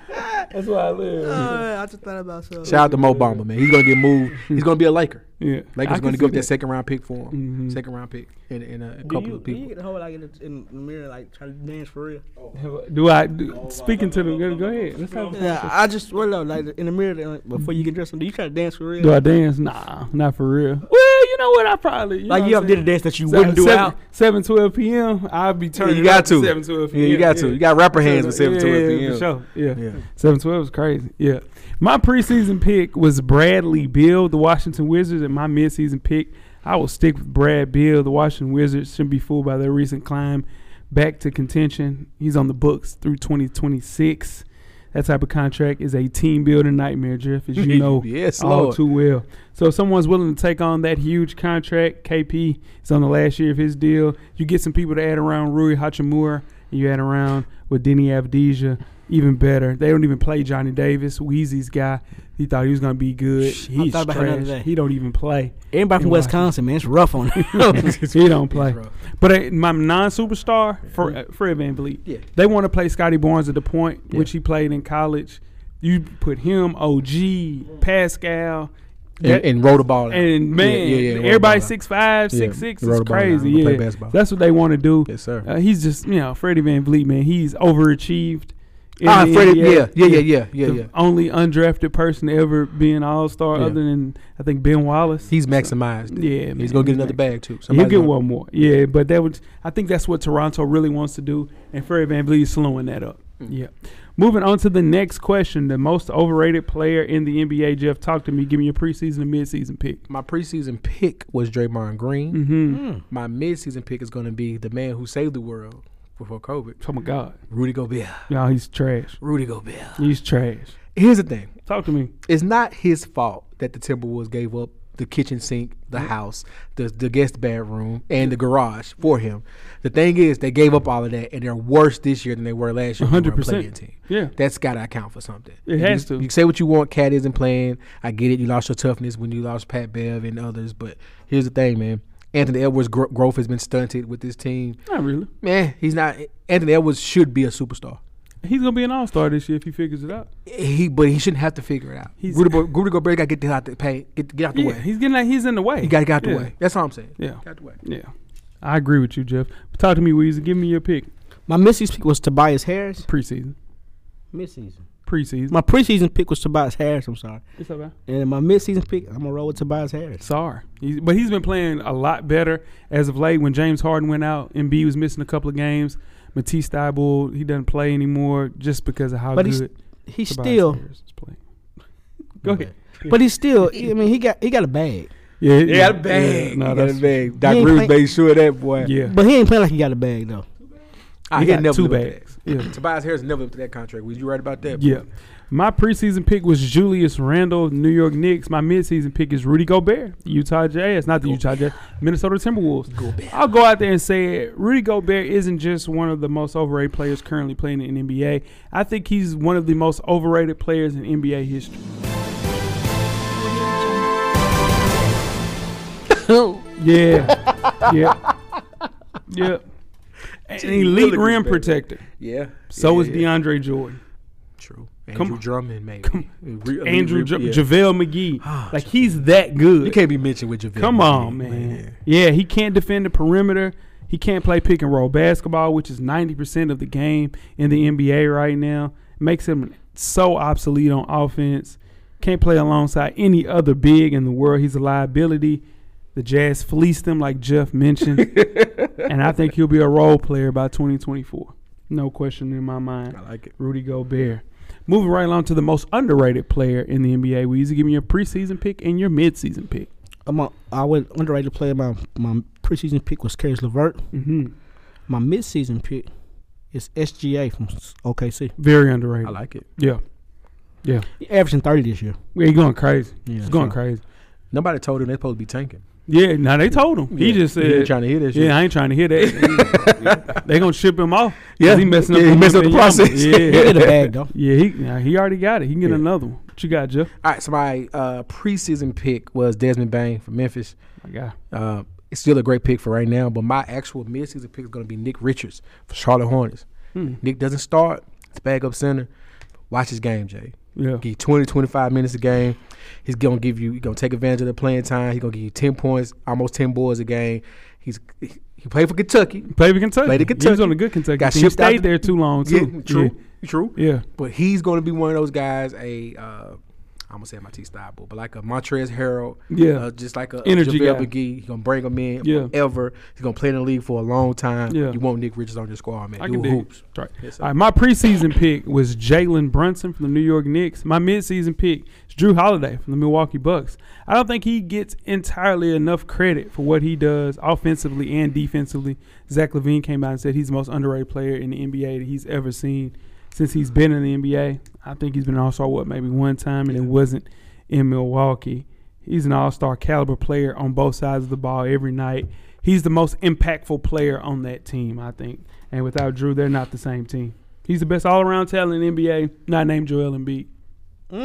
That's why I live. uh, I just thought about something. Shout out to Mo Bamba, man. He's gonna get moved. He's gonna be a Laker. yeah, I Lakers can gonna see give up that that. Mm-hmm. second round pick for him. Second round pick and, and a, couple you, of people. get the whole like in the, in the mirror like trying to dance for real. Do I do, speaking to them? Go, go ahead. Let's have- Yeah, I just well no, like in the mirror like, before you get dressed, do you try to dance for real? Do I dance? Nah, not for real. Well, you know what? I probably you like know you what ever I'm did a saying? dance that you wouldn't do seven, out. seven twelve p.m. I'll be turning. you it up got to to. seven twelve Yeah, p.m. you got to. You got rapper hands with seven yeah, to yeah, it. For sure. Yeah. Yeah. Seven twelve is crazy. Yeah. My preseason pick was Bradley Bill, the Washington Wizards, and my midseason pick, I will stick with Brad Bill. The Washington Wizards shouldn't be fooled by their recent climb back to contention. He's on the books through twenty twenty six. That type of contract is a team building nightmare, Jeff, as you know Yes, all Lord. too well. So if someone's willing to take on that huge contract, KP is on the last year of his deal. You get some people to add around Rui Hachimura, and you add around with Denny Avdija, even better. They don't even play Johnny Davis, Wheezy's guy. He thought he was gonna be good. He's thought about him the other trash. day. He don't even play. Everybody from In Washington. Wisconsin, man, it's rough on him. he don't play. But uh, my non-superstar, Fre- uh, Fred Van Vliet, Yeah. they want to play Scotty Barnes at the point, which he played in college. You put him, OG, Pascal, And, and roll the ball. out. and Yeah, man, yeah, yeah, roll the everybody ball out. six five, Yeah, six six throw is the ball down, crazy. go play Yeah, basketball. that's what they want to do. Yes, sir. Uh, he's just you know Freddie Van Vliet, man. He's overachieved. in Ah, the Freddie. NBA. Yeah, yeah, yeah, yeah, yeah, The yeah. Only undrafted person to ever be an All Star, Yeah. other than I think Ben Wallace. He's maximized. it. Yeah, man, he's gonna he's get another maximized. bag too. He'll get gonna- one more. Yeah, but that would I think that's what Toronto really wants to do, and Freddie Van Vliet is slowing that up. Mm. Yeah. Moving on to the next question, the most overrated player in the NBA. Jeff, talk to me. Give me your preseason and midseason pick. My preseason pick was Draymond Green. Mm-hmm. My midseason pick is gonna be the man who saved the world before COVID, Oh my God, Rudy Gobert. no, he's trash. Rudy Gobert. He's trash. Here's the thing. Talk to me. it's not his fault that the Timberwolves gave up the kitchen sink, the house, the the guest bedroom, and the garage for him. The thing is, they gave up all of that, and they're worse this year than they were last year. when they were a 100%. play-in Team. Yeah. that's got to account for something. It You has can- to. You can say what you want. Cat isn't playing. I get it. You lost your toughness when you lost Pat Bev and others. But here's the thing, man. Anthony Edwards' gro- growth has been stunted with this team. Not really. Man, he's not. Anthony Edwards should be a superstar. He's gonna be an All Star this year if he figures it out. He, but he shouldn't have to figure it out. He's- Rudy, Go- Rudy Gobert got to get the- out the paint, get, get out the Yeah, way. he's getting like he's in the way. You got to get out the Yeah. way. That's all I'm saying. Yeah, Got the way. yeah. I agree with you, Jeff. Talk to me, Weezy. Give me your pick. My midseason pick was Tobias Harris. Preseason. Midseason. Preseason. My preseason pick was Tobias Harris. I'm sorry. It's okay. And my midseason pick, I'm gonna roll with Tobias Harris. Sorry, He's, but he's been playing a lot better as of late. When James Harden went out, Embiid was missing a couple of games. Matisse Thybulle, he doesn't play anymore just because of how But he's good he's Tobias still, Harris is playing. Go ahead. but he's still. I mean, he got he got a bag, Yeah, He got a bag. Yeah, no, he got a that's- bag. He Doc ain't Rivers play- made sure of that boy. yeah. but he ain't playing like he got a bag though. I He he got never two lived up to bags. that. Yeah. Tobias Harris never lived up to that contract. Was you right about that? Yeah. My preseason pick was Julius Randle, New York Knicks. My midseason pick is Rudy Gobert, Utah Jazz. Not the Utah Jazz, Minnesota Timberwolves. I'll go out there and say it. Rudy Gobert isn't just one of the most overrated players currently playing in NBA. I think he's one of the most overrated players in NBA history. yeah. Yeah. Yeah. An elite Really rim good, baby. protector. Yeah. So yeah, is yeah. DeAndre Jordan. True. Come Andrew on. Drummond, maybe. Re- re- Andrew re- Ja- yeah. JaVale McGee. like he's that good. You can't be mentioned with JaVale. Come McGee, on, man. Yeah, he can't defend the perimeter. He can't play pick and roll basketball, which is ninety percent of the game in the NBA right now. Makes him so obsolete on offense. Can't play alongside any other big in the world. He's a liability. The Jazz fleeced him, like Jeff mentioned, and I think he'll be a role player by 2024. No question in my mind. I like it. Rudy Gobert. Moving right along to the most underrated player in the NBA. We usually give me your preseason pick and your midseason pick. I'm a, I went underrated player. My my preseason pick was Caris LeVert. hmm My midseason pick is SGA from s- OKC. Very underrated. I like it. Yeah, yeah. He averaging 30 this year. We're going crazy. Yeah, it's going so- crazy. Nobody told him they're supposed to be tanking. Yeah, now they told him. He Yeah, just he said, ain't tryna hear that shit. Yeah, I ain't trying to hear that. they gonna ship him off. 'cause Yeah, he messing up. yeah, he them messing in up the Yemen. process. He Yeah, get a bag though. yeah. He nah, he already got it. He can get another one. What you got, Jeff? All right, so my uh, preseason pick was Desmond Bain from Memphis. My guy. Uh, it's still a great pick for right now, but my actual midseason pick is going to be Nick Richards for Charlotte Hornets. Hmm. Nick doesn't start. It's backup center. Watch his game, Jay. Yeah. Give you 20, 25 minutes a game. He's going to give you, he's going to take advantage of the playing time. He's going to give you 10 points, almost 10 boards a game. He's He, he played for Kentucky. Played for Kentucky. Played at He was Kentucky. on a good Kentucky Got team. He shipped out Stayed the- there too long Yeah, too. true, true. Yeah. yeah. But he's going to be one of those guys, a, uh, I'm going to say my T Stiebel, but like a Montrez Harrell. Yeah. Uh, just like a, a Energy JaVale guy. McGee. He's going to bring him in Yeah. forever. He's going to play in the league for a long time. Yeah. You want Nick Richards on your squad, man. I Do can dig it. hoops. That's right. Yes, sir. All right, my preseason pick was Jalen Brunson from the New York Knicks. My midseason pick is Drew Holiday from the Milwaukee Bucks. I don't think he gets entirely enough credit for what he does offensively and defensively. Zach Levine came out and said he's the most underrated player in the NBA that he's ever seen since he's been in the NBA. I think he's been an All Star what maybe one time and it wasn't in Milwaukee. He's an All Star caliber player on both sides of the ball every night. He's the most impactful player on that team, I think. And without Drew, they're not the same team. He's the best all around talent in the NBA, not named Joel Embiid. Mm.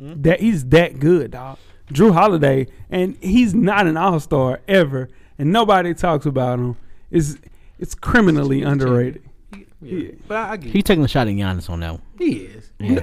That he's that good, dog. Drew Holiday, and he's not an all star ever, and nobody talks about him. Is it's criminally underrated. Yeah. But I, I get He's taking a shot at Giannis on that one. He is. Y-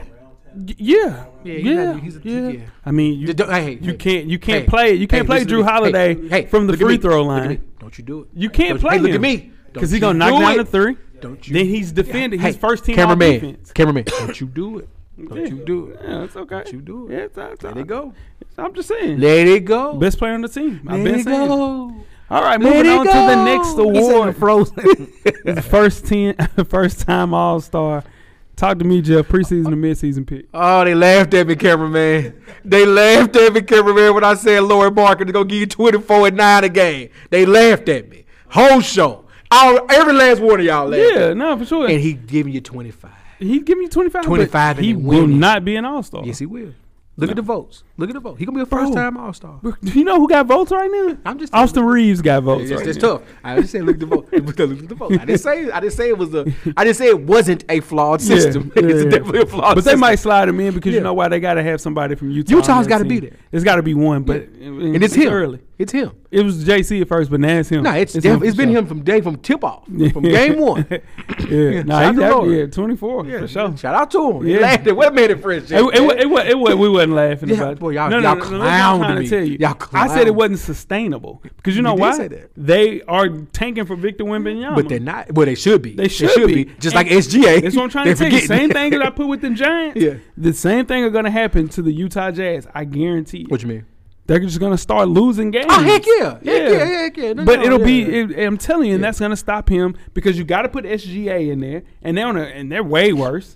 Yeah, yeah, he's yeah. not- he's a- yeah. I mean, you, Just don't- hey, hey, you hey. can't you can't Hey, play you can't hey, play listen to Drew me. Holiday Hey, hey, from the look at free me. throw Look at line. me. Don't you do it. You can't Don't play Hey, look him. at me. because he's Don't gonna knock you do down it. the three. Don't you Then he's defending his Hey, first team all cameraman, defense. Cameraman, don't you do it. Don't Yeah. you do it. Yeah, it's okay. Don't you do it. Yeah, it's, it's, Let it go. I'm just saying. Let it go. Best player on the team. I've Let been it saying. it. go. All right, Let moving it on to the go. next He's in the award. frozen. The first ten, first time All Star. Talk to me, Jeff. Preseason to midseason pick. Oh, they laughed at me, cameraman. They laughed at me, cameraman, when I said Lori Barker is gonna give you 24 and 9 a game. They laughed at me. Whole show. All, every last one of y'all laughed. Yeah, at me. no, for sure. And He he giving you 25. he give me 25. but 25 and He then will winning. not be an All Star. Yes, he will. Look at the votes. Look at the vote. He gonna be a first time All Star. Do you know who got votes right now? I'm just- Austin Reeves got votes. It's, right it's now. tough. I just said look at the vote. Look at the vote. I didn't say I didn't say it was a I didn't say it wasn't a flawed Yeah, system. yeah, it's yeah. definitely a flawed But they system. might slide him in because you Yeah. know why they got to have somebody from Utah. Utah's on that gotta be team. there. There's got to be one, but and it's him. early. It's him. It was JC at first, but now it's him. No, it's, him def- for it's been sure. him from day from tip off. From game one. yeah, nah, shout he's to happy. Lord. yeah, 24 for sure. Shout out to him. Yeah. He laughed at what made it fresh. It, it, wa- it, wa- it, wa- we wasn't laughing Yeah, about boy, y'all- no, no, y'all no, no, that's what I'm clowned trying to me. tell you. Y'all I said it clowned. wasn't sustainable because you know did why say that. they are tanking for Victor Wembanyama. but they're not. Well, they should be. They should, be. Just And like SGA. That's what I'm trying They to tell you. forgetting. Same thing that I put with the Giants. Yeah. The same thing are going to happen to the Utah Jazz. I guarantee. you. what you mean? They're just going to start losing games. Oh, heck yeah. Heck yeah, heck yeah. No, but no, it'll yeah, be. yeah. It, I'm telling you, and that's going to stop him because you got to put SGA in there, and they're on a, and they're way worse.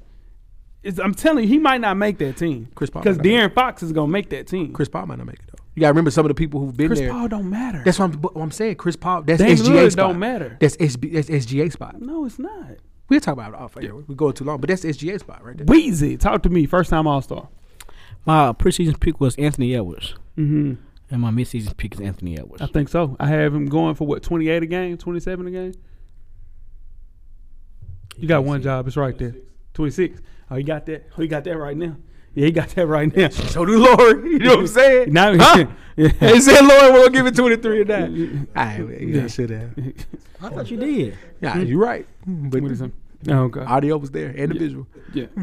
It's, I'm telling you, he might not make that team. Chris Paul because might not make De'aaron Fox is going to make that team. Chris, Chris Paul might not make it though. You gotta remember some of the people who've been there. Paul don't matter. That's what I'm, what I'm saying. Chris Paul. That's Dame SGA Lillard spot. don't matter. That's, SB, that's SGA spot. no, it's not. We'll talk about it off air. We're going too long, but that's SGA spot right there. Wheezy, talk to me. First time All Star. my preseason pick was Anthony Edwards, mm-hmm. and my midseason pick is Anthony Edwards. I think so. I have him going for what, 28 a game, 27 a game? You got one job. It's right there. 26. Oh, you got that? Oh, you got that right now? Yeah, he got that right now. So do Lord. You know what I'm saying? Now- huh? Yeah. They said Lord won't give it 23 and that. I yeah, I should have. I thought you did. Yeah, you're right. But What is him? Oh, God. audio was there and the visual. Yeah.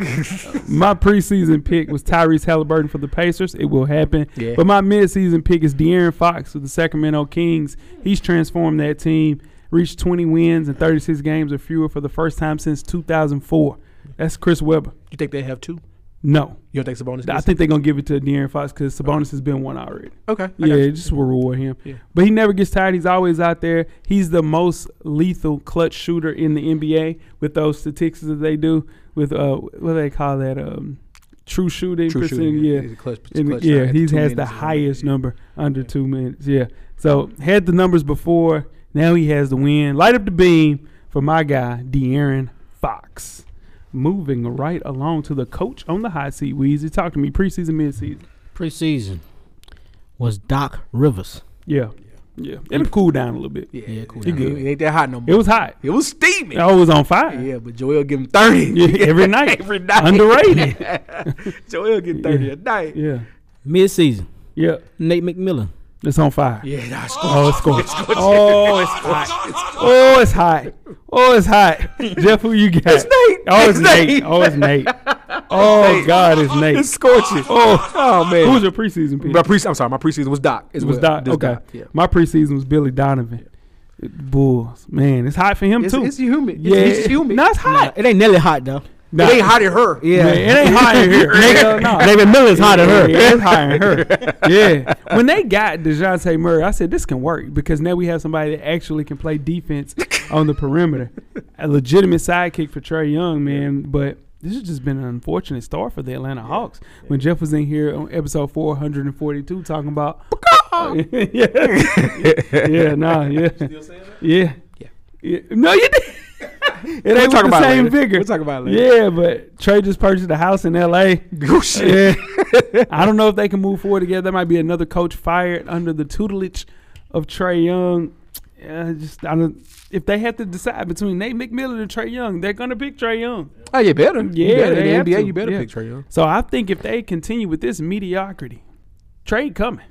my preseason pick was Tyrese Halliburton for the Pacers. It will happen. Yeah. But my midseason pick is De'Aaron Fox with the Sacramento Kings. He's transformed that team, reached 20 wins and 36 games or fewer for the first time since 2004. That's Chris Webber. You think they have two? No. You don't think Sabonis? I gets think they're gonna give it to De'Aaron Fox because Sabonis has been one already. it? okay. I got yeah, you. just will reward him. But he never gets tired. He's always out there. He's the most lethal clutch shooter in the NBA with those statistics that they do with uh what do they call that um true shooting True percent. shooting. Yeah, He's a clutch- And, clutch shot yeah, at he two has the minutes and- highest number under two minutes. Yeah, so had the numbers before. Now he has the win. Light up the beam for my guy De'Aaron Fox. Moving right along to the coach on the hot seat, Weezy. Talk to me preseason, midseason. Preseason was Doc Rivers. Yeah, Yeah, it'll cool down a little bit. Yeah, cool It, down. ain't- it ain't that hot no more. It was hot. It was steaming. I was on fire. Yeah, but Joel give him thirty. Yeah, every night. every night. Underrated. Joel get thirty a night. yeah, Mid season, yeah. Nate McMillan. It's on fire. Yeah, nah, score. Oh, it's going. Oh, it's hot. Oh, it's hot. Oh, it's hot. Jeff, who you got? It's Nate. Oh, it's It's Nate. Nate. Oh, it's Nate. Oh, God, it's Nate. It's scorching. Oh. oh man. Who's your preseason pick? my pre- I'm sorry, my preseason was Doc. as It was well. Doc. This Okay. Yeah. My preseason was Billy Donovan. It- Bulls. Man, it's hot for him It's, too. it's humid. yeah, It's, it's humid. No, it's hot. It ain't nearly hot though. Nah. It ain't hot at her. Yeah. Man, it ain't hot in here. Nigga, no. Nate McMillan's hot at her. Yeah, it's hiring her. Yeah. When they got DeJounte Murray, I said this can work because now we have somebody that actually can play defense on the perimeter. A legitimate sidekick for Trey Young, man. But this has just been an unfortunate start for the Atlanta Hawks. When Jeff was in here on episode 442 talking about. yeah. Yeah, nah, yeah. Yeah. Yeah. No, you did. It ain't talk with the about it same later. vigor. We'll talk about it later. Yeah, but Trey just purchased a house in L.A. Oh, shit. Yeah. I don't know if they can move forward together. There might be another coach fired under the tutelage of Trey Young. Yeah, just I don't. If they have to decide between Nate McMillan and Trey Young, they're gonna pick Trey Young. Oh, you better. Yeah, you better. they In have the NBA, to. you better Yeah. pick Trae Young. So I think if they continue with this mediocrity, Trey coming,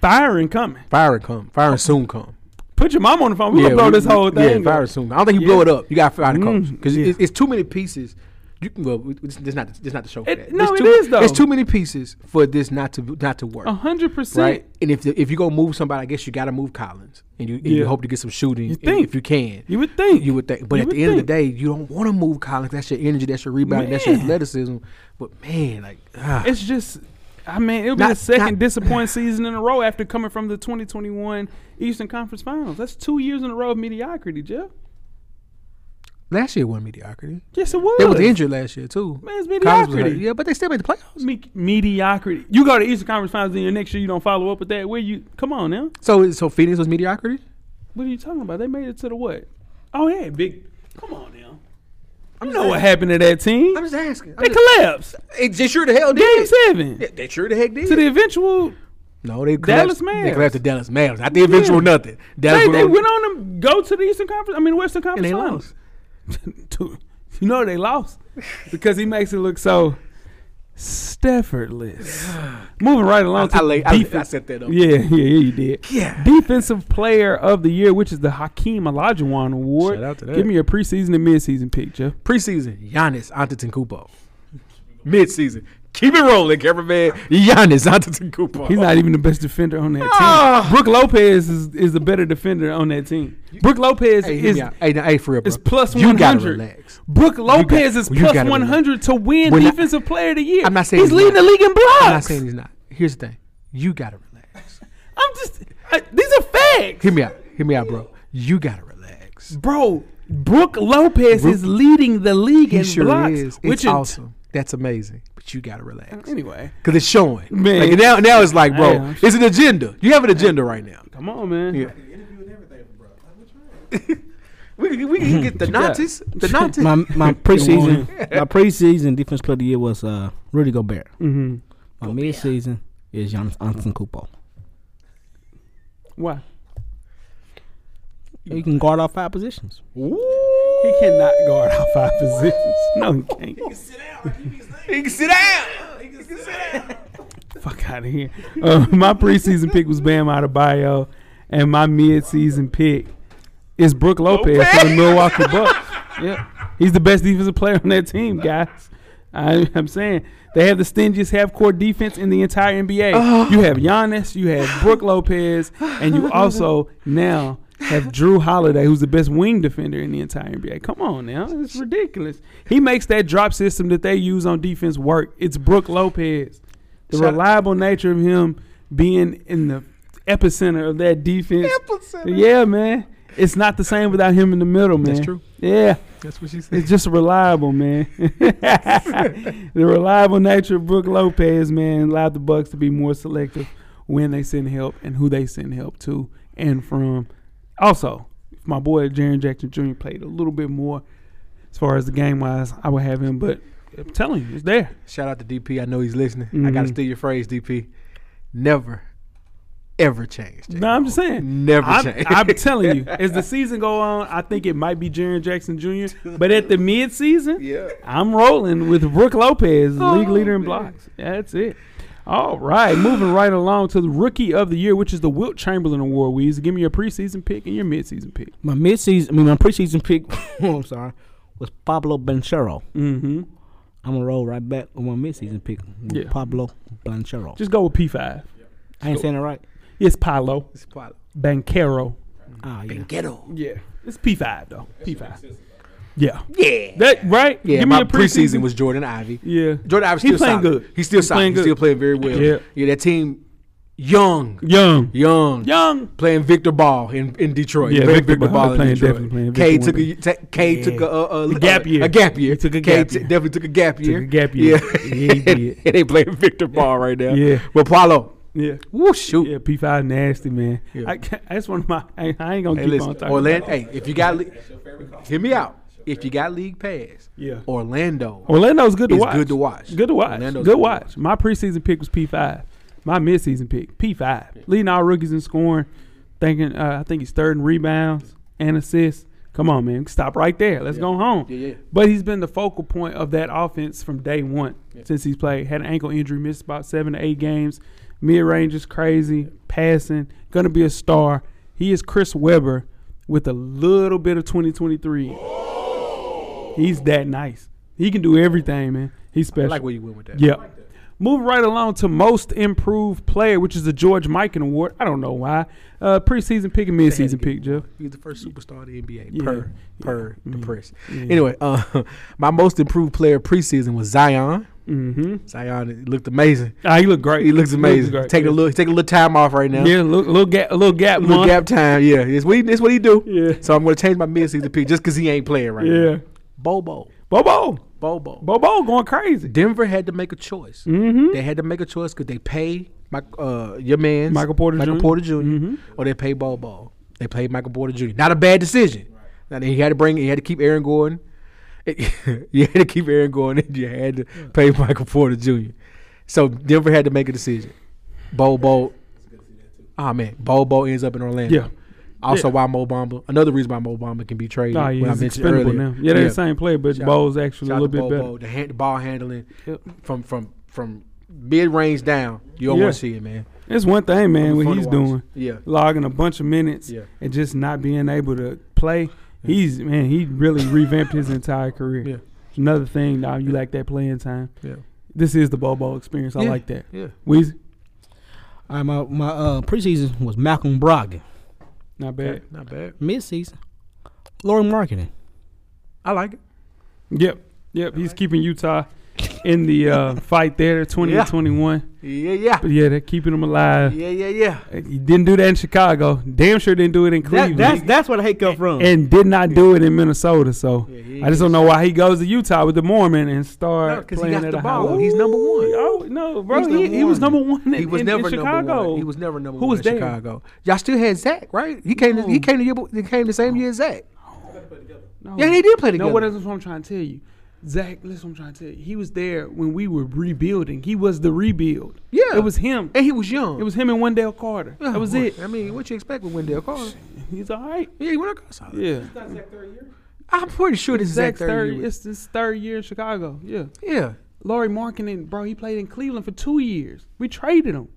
firing coming. Fire and come. Fire and soon come. Put your mom on the phone. We Yeah, gonna blow we- this whole yeah, thing. up. fire soon. I don't think you blow it up. You got to fire the coach Mm, because yeah. it's, it's too many pieces. You can well, we- we- this not this not the show. For It- that. no, It's it too- is, though. Uh-huh. It's too many pieces for this not to not to work. A hundred percent. Right, and if the, if you go move somebody, I guess you got to move Collins, and you and Yeah. you hope to get some shooting You and think. if you can. You would think. you would think, but You at the would end think. of the day, you don't want to move Collins. That's your energy, that's your rebound, that's your Man. athleticism. But man, like ah. it's just I mean, it'll be Not- the second not- disappointing season in a row after coming from the 2021 Eastern Conference Finals. That's two years in a row of mediocrity, Jeff. last year wasn't mediocrity. Yes, it was. They was injured last year too. Man, it's Collins was hurt. mediocrity. Yeah, but they still made the playoffs. Me- mediocrity. You go to Eastern Conference Finals, and your next year you don't follow up with that. Where you? Come on now. So so Phoenix was mediocrity. What are you talking about? They made it to the what? Oh yeah, big. Come on now. You know what happened to that team? I'm just asking. I'm they just- collapsed. It just sure the hell Game did. seven Yeah, They sure the heck to did. the eventual. no, they Dallas collapsed- They Mavs. collapsed to Dallas Mavs. Not the eventual Yeah. nothing. Dallas They, they went on to go to the Eastern Conference. I mean, Western Conference they Finals. to- you know they lost because he makes it look so Staffordless. Moving right along to I, lay, I, I defense. set that up. yeah, yeah, yeah, you did. Yeah. Defensive Player of the Year, which is the Hakeem Olajuwon Award. Shout out to that. Give me your preseason and midseason pick, Jeff. Preseason, Giannis Antetokounmpo. Midseason, keep it rolling, cameraman. Giannis Antetokounmpo. He's not even the best defender on that team. Ah. Brooke Lopez is, is the better defender on that team. Brooke Lopez Hey, hear is me out. hey, now, hey, for real, is bro. plus You gotta 100. relax. Brooke Lopez is you plus gotta 100 to win We're not- Defensive Player of the Year. I'm not saying he's he's leading not. the league in blocks. I'm not saying he's not. Here's the thing. You gotta relax. I'm just I, these are facts, Hear me out. Hear me out, bro. You gotta relax. bro. Brooke Lopez is leading the league He in sure blocks, is. It's which is awesome. That's amazing. But you gotta relax. Anyway, Cause it's showing. Man. Like now, now it's like, bro, Damn. it's an agenda. You have an agenda right now. come on, man. Yeah. We can, we can get the Nazis. The Nazis. My my preseason my preseason defense player of the year was uh, Rudy Gobert. Mm-hmm. My midseason is Giannis Antetokounmpo. Why? You can guard all five positions. He cannot guard all five positions. No, he can't. He can sit down. Fuck out of here. Uh, my preseason pick was Bam Adebayo, and my midseason pick is Brooke Lopez for the Milwaukee Bucks. Yeah, he's the best defensive player on that team, guys. I, I'm saying they have the stingiest half-court defense in the entire NBA. Oh. You have Giannis, you have Brooke Lopez, and you also now have Drew Holiday, who's the best wing defender in the entire NBA. Come on now, it's ridiculous. He makes that drop system that they use on defense work. It's Brooke Lopez. The Shout- reliable nature of him being in the epicenter of that defense. Epicenter. Yeah, man. It's not the same without him in the middle, man. That's true. Yeah. That's what she said. It's just reliable, man. the reliable nature of Brooke Lopez, man, allowed the Bucks to be more selective when they send help and who they send help to and from. Also, if my boy Jaron Jackson Jr. played a little bit more as far as the game wise, I would have him. But I'm telling you, it's there. Mm-hmm. Shout out to DP. I know he's listening. I gotta Mhm. steal your phrase, DP. Never, ever change. J. No, I'm just saying. Never I'm, change. I'm telling you, as the season go on, I think it might be Jaron Jackson Jr. But at the mid season, Yeah. I'm rolling with Brooke Lopez, Oh, league leader in blocks. That's it. All right, moving right along to the Rookie of the Year, which is the Wilt Chamberlain Award. Weezy, give me your preseason pick and your midseason pick. My midseason, I mean, my preseason pick, oh, I'm sorry, was Pablo Banchero. Mm-hmm. I'm going to roll right back with my midseason pick, with Yeah. Pablo Banchero. Just go with P5. I ain't saying it right. It's Paolo It's probably- Banquero. Ah, yeah. Yeah, it's P5 though. P5. Yeah. Yeah. That right? Yeah, give me my your preseason, was Jordan Ivy. Yeah. Jordan Ivy's He still playing solid. good. He's still He solid. playing He's still good. playing very well. Yeah. yeah, that team, young, young. young, Young. playing Victor Ball in, in Detroit. Yeah, Playing Victor Ball. Ball in Playing- Detroit. definitely playing K Victor took one a ta- K took a, uh, uh, A gap year. A gap year. He took a K gap t- year. definitely took a gap year. a gap year. Yeah, Yeah, he did. and they playing Victor Ball right now. Yeah. but Paulo. Yeah. Woo shoot. Yeah, P five nasty man. Yeah. I can't, that's one of my. I, I ain't gonna Hey, keep listen, on talking. Orlando. about it. Hey, if you got, le- hear me out. If you got league pass, Yeah. Oh. Orlando. Orlando's good to It's watch. good to watch. Good to watch. Orlando's good good to watch. My preseason pick was P five. My midseason pick P five. Leading all rookies in scoring. Thinking uh, I think he's third in rebounds and assists. Come on, man, stop right there. Let's go home. Yeah, yeah. But he's been the focal point of that offense from day one since he's played. Had an ankle injury, missed about seven to eight games. Mid range is crazy. Passing, gonna be a star. He is Chris Webber with a little bit of 2023. He's that nice. He can do everything, man. He's I special. like where you went with that. Yeah. Moving right along to most improved player, which is the George Mikan Award. I don't know why. Uh, preseason pick and midseason pick, Jeff. He's the first superstar in the NBA Yeah. Mm-hmm. per per the press. Yeah. Anyway, uh, my most improved player preseason was Zion. Mm-hmm. Zion looked amazing. Ah, he looked great. He looks amazing. great, taking yeah. a little, he's taking a little time off right now. Yeah, little, little gap, little gap, little month. gap time. Yeah, it's what he, it's what he do. Yeah. So I'm going to change my midseason pick just because he ain't playing right now. Yeah, Bobo, Bobo, Bobo, Bobo going crazy. Denver had to make a choice. Mhm. They had to make a choice because they pay my, uh, your man Michael Porter Mm-hmm. Michael Jr. Porter Jr. or they pay Ball Ball. They played Michael Porter Jr. Not a bad decision. Now he had to bring, he had to keep Aaron Gordon. you had to keep Aaron Gordon, and you had to pay Michael Porter Jr. So Denver had to make a decision. Bo Bo, ah man, Bo Bo ends up in Orlando. Yeah. Also, Yeah. why Mo Bamba? Another reason why Mo Bamba can be traded. Nah, what I yeah, he's mentioned expendable earlier. now. Yeah, they're the same player, but Shout- Bo's actually a Shout out little to bit better. Bobo, The, hand, the ball handling Yep. from from from mid range down. You don't Yeah. want to see it, man. It's one thing, man, what Fun to he's watch. doing. Yeah. Logging a bunch of minutes Yeah. and just not being able to play. He's man, he really revamped his entire career. Yeah. Another thing, now you like that playing time. Yeah. This is the Bobo experience. I Yeah. like that. Yeah. Weezy, All right, my, my uh, preseason was Malcolm Brogdon. not bad. Not bad. Midseason, Lauren Marketing. I like it. Yep. Yep. He's keeping Utah in the uh, fight there, twenty Yeah. to twenty one. Yeah, yeah. But yeah, they're keeping him alive. Yeah, yeah, yeah. He didn't do that in Chicago. Damn sure didn't do it in Cleveland. that's where the hate come from. and did not do it in Minnesota. So Oh. Yeah, he I just don't know why he goes to Utah with the Mormon and No, start 'cause he playing got at the a ball. high- He's number one. Ooh, Oh no, bro, He's he, he was number one. In, he was in- in never number Chicago. one. He was never number Who one was in there? Chicago. Y'all still had Zach, right? He came. To, he came to your, He came the same year as Zach. No. Yeah, they did play together. No, Oh. what is what I'm trying to tell you, Zach. Listen, what I'm trying to tell you. He was there when we were rebuilding. He was the rebuild. Yeah. it was him. And he was young. It was him and Wendell Carter. Yeah, That was boy. it. I mean, what you expect with Wendell Carter? He's all right. Yeah, he went across. solid. Yeah, I'm pretty sure this is Zach's Zach's third third. year. with- It's his third year in Chicago. Yeah, Yeah. Laurie Markkinen, bro. He played in Cleveland for two years. We traded him.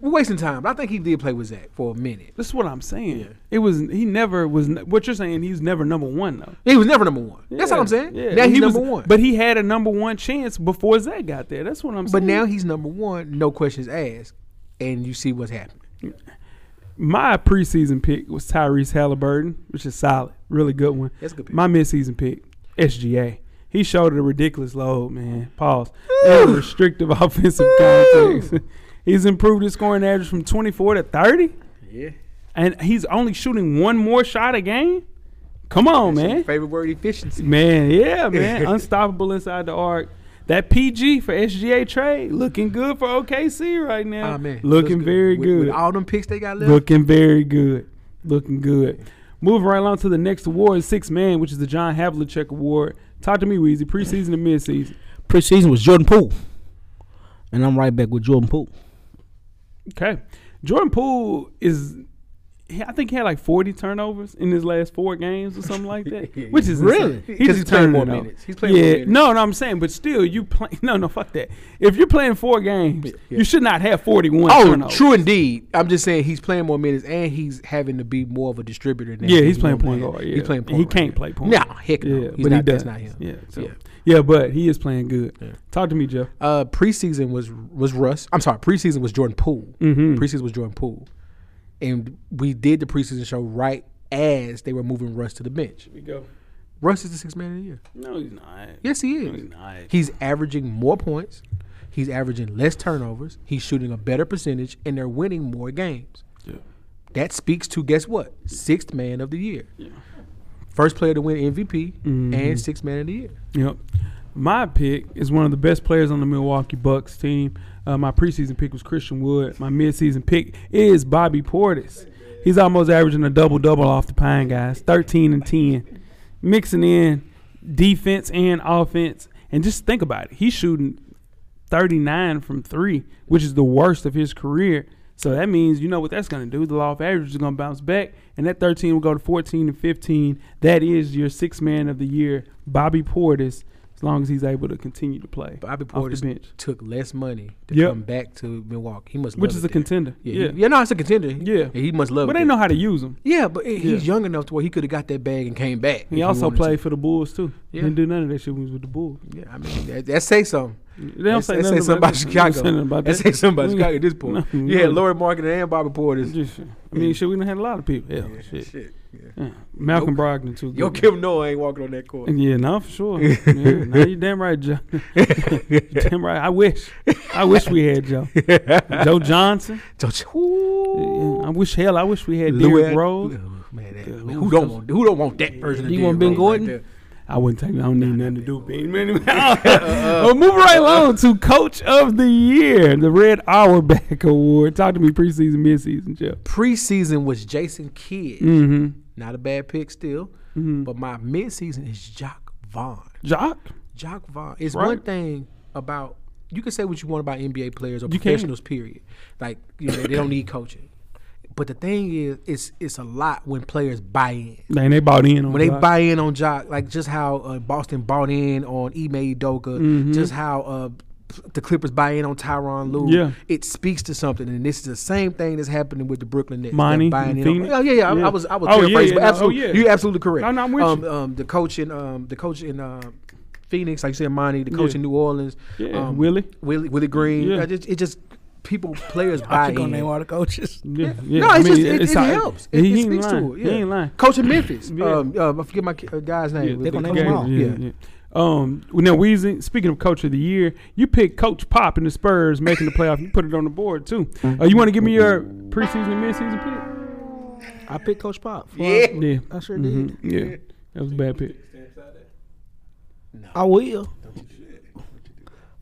We're wasting time. but I think he did play with Zach for a minute. That's what I'm saying. It was he never was. n- What you're saying, he's never number one though. He was never number one. That's all I'm saying. Yeah. Now he's he was- number one. but he had a number one chance before Zach got there. That's what I'm But saying. now he's number one, no questions asked, and you see what's happening. my preseason pick was Tyrese Halliburton, which is solid, really good one. That's a good pick. My midseason pick, SGA. He showed a ridiculous load, man. Pause. And restrictive offensive context. he's improved his scoring average from 24 to 30, Yeah. and he's only shooting one more shot a game. Come on, man. Favorite word efficiency. Man, yeah, man. Unstoppable inside the arc. That PG for SGA trade looking good for OKC right now. Ah, man. Looking Looks very With- good. With all them picks they got left. looking very good. Looking good. Moving right along to the next award, six man, which is the John Havlicek Award. Talk to me, Weezy. Preseason and midseason. preseason was Jordan Poole. And I'm right back with Jordan Poole. Okay. Jordan Poole is. he- I think he had like 40 turnovers in his last four games or something like that, which is Really? insane. 'Cause he played turning more it over. minutes. He's played more Yeah. minutes. No, no, I'm saying, but still, you play. No, no, fuck that. If you're playing four games, you should not have 41. Oh, turnovers. true indeed. I'm just saying he's playing more minutes and he's having to be more of a distributor. Than Yeah, he he's playing normally point is. guard. Yeah. He's playing point He right can't now. play point. No, guard. heck no. Yeah, he's but not, he does. That's not him. Yeah, so. Yeah. yeah, but he is playing good. Talk to me, Jeff. Uh, preseason was was Russ. I'm sorry. Preseason was Jordan Poole. Mhm. Preseason was Jordan Poole, and we did the preseason show right as they were moving Russ to the bench. we go. Russ is the sixth man of the year. No, he's not. Yes, he No, is. he's not. He's averaging more points. He's averaging less turnovers. He's shooting a better percentage, and they're winning more games. Yeah. That speaks to guess what? Sixth man of the year. First player to win MVP Mm-hmm. and sixth man of the year. Yep. My pick is one of the best players on the Milwaukee Bucks team. Uh, my preseason pick was Christian Wood. My midseason pick is Bobby Portis. He's almost averaging a double double off the pine, guys 13 and 10. Mixing in defense and offense. And just think about it. He's shooting 39 from three, which is the worst of his career. So that means you know what that's going to do. The law of averages is going to bounce back, and that 13 will go to 14 and 15. That is your sixth man of the year, Bobby Portis, as long as he's able to continue to play Bobby off the Portis bench, took less money to Yep. come back to Milwaukee. He must, which love is it a there. contender. Yeah, Yeah, he- yeah, no, it's a contender. Yeah. he must love. but it they there. know how to use him. Yeah, but he- he's Yeah. young enough to where he could have got that bag and came back. if He also wanted played for the Bulls too. Yeah. Didn't do none of that shit when he was with the Bulls. To. Yeah, I mean that, that say something. They don't say, that nothing say something about that. They don't Chicago. say nothing about that that. say something about Chicago at this point. No, yeah, no. Lori Market and Bobby Portis. Just- I mean, shit, we done had a lot of people. Hell, shit. Shit. Yeah. Malcolm Brogdon too. Yo, good. Kim Noah ain't walking on that court. Yeah, no, for sure. yeah, no, you damn right, Joe. you damn right. I wish. I wish we had Joe. Joe Johnson. Don't you- Ooh. Yeah, I wish hell. I wish we had Lou- Derrick Rose. Ooh, Man, that, Yeah, who don't want who don't want that version? of You want Derrick Ben Rose right Gordon? there? I wouldn't take. I don't need nothing to do. with Bean. Uh, Anyway, well, move right along to Coach of the Year, the Red Auerbach Award. Talk to me preseason, midseason, Joe. Preseason was Jason Kidd. Mm-hmm. Not a bad pick still, but my midseason is Jock Vaughn. Jock. Jock Vaughn. It's Right. one thing about you can say what you want about NBA players or You can. professionals. Period. Like you know, they don't need coaching. But the thing is, it's it's a lot when players buy in. Man, they bought in on When they Jock. buy in on Jock, like just how uh, Boston bought in on Ime Doka, Mm-hmm. just how uh, p- the Clippers buy in on Tyron Lue. Yeah. It speaks to something, and this is the same thing that's happening with the Brooklyn Nets. They're Monty buying and in on- Phoenix. oh yeah, yeah, I- I, Yeah. was, I was Oh, yeah, paraphrasing, yeah, but no, oh, absolutely, yeah. you're absolutely correct. No, no, I'm with um, you. Um, the coach in, um, the coach in, um, Phoenix, like you said, Monty. The coach Yeah. in New Orleans, Yeah, um, Willie. Willie, Willie Green. Yeah. I just- it just people, players I buy should go in. name all the coaches. Yeah, No, I it's mean, just, it, it all- helps. It, he it ain't speaks lying. to it. He Yeah. ain't lying. Coach in Memphis. Yeah. Um, um, I forget my ki- uh, guy's name. Yeah, The gonna coach- name 'em all. Yeah, yeah. Um, now Weezy, speaking of coach of the year, you picked Coach Pop in the Spurs making the playoff. You put it on the board too. Uh, you want to give me your preseason and midseason I picked Coach Pop. Yeah. pick? Yeah, I sure did. Mhm. yeah, that was a bad pick. I will.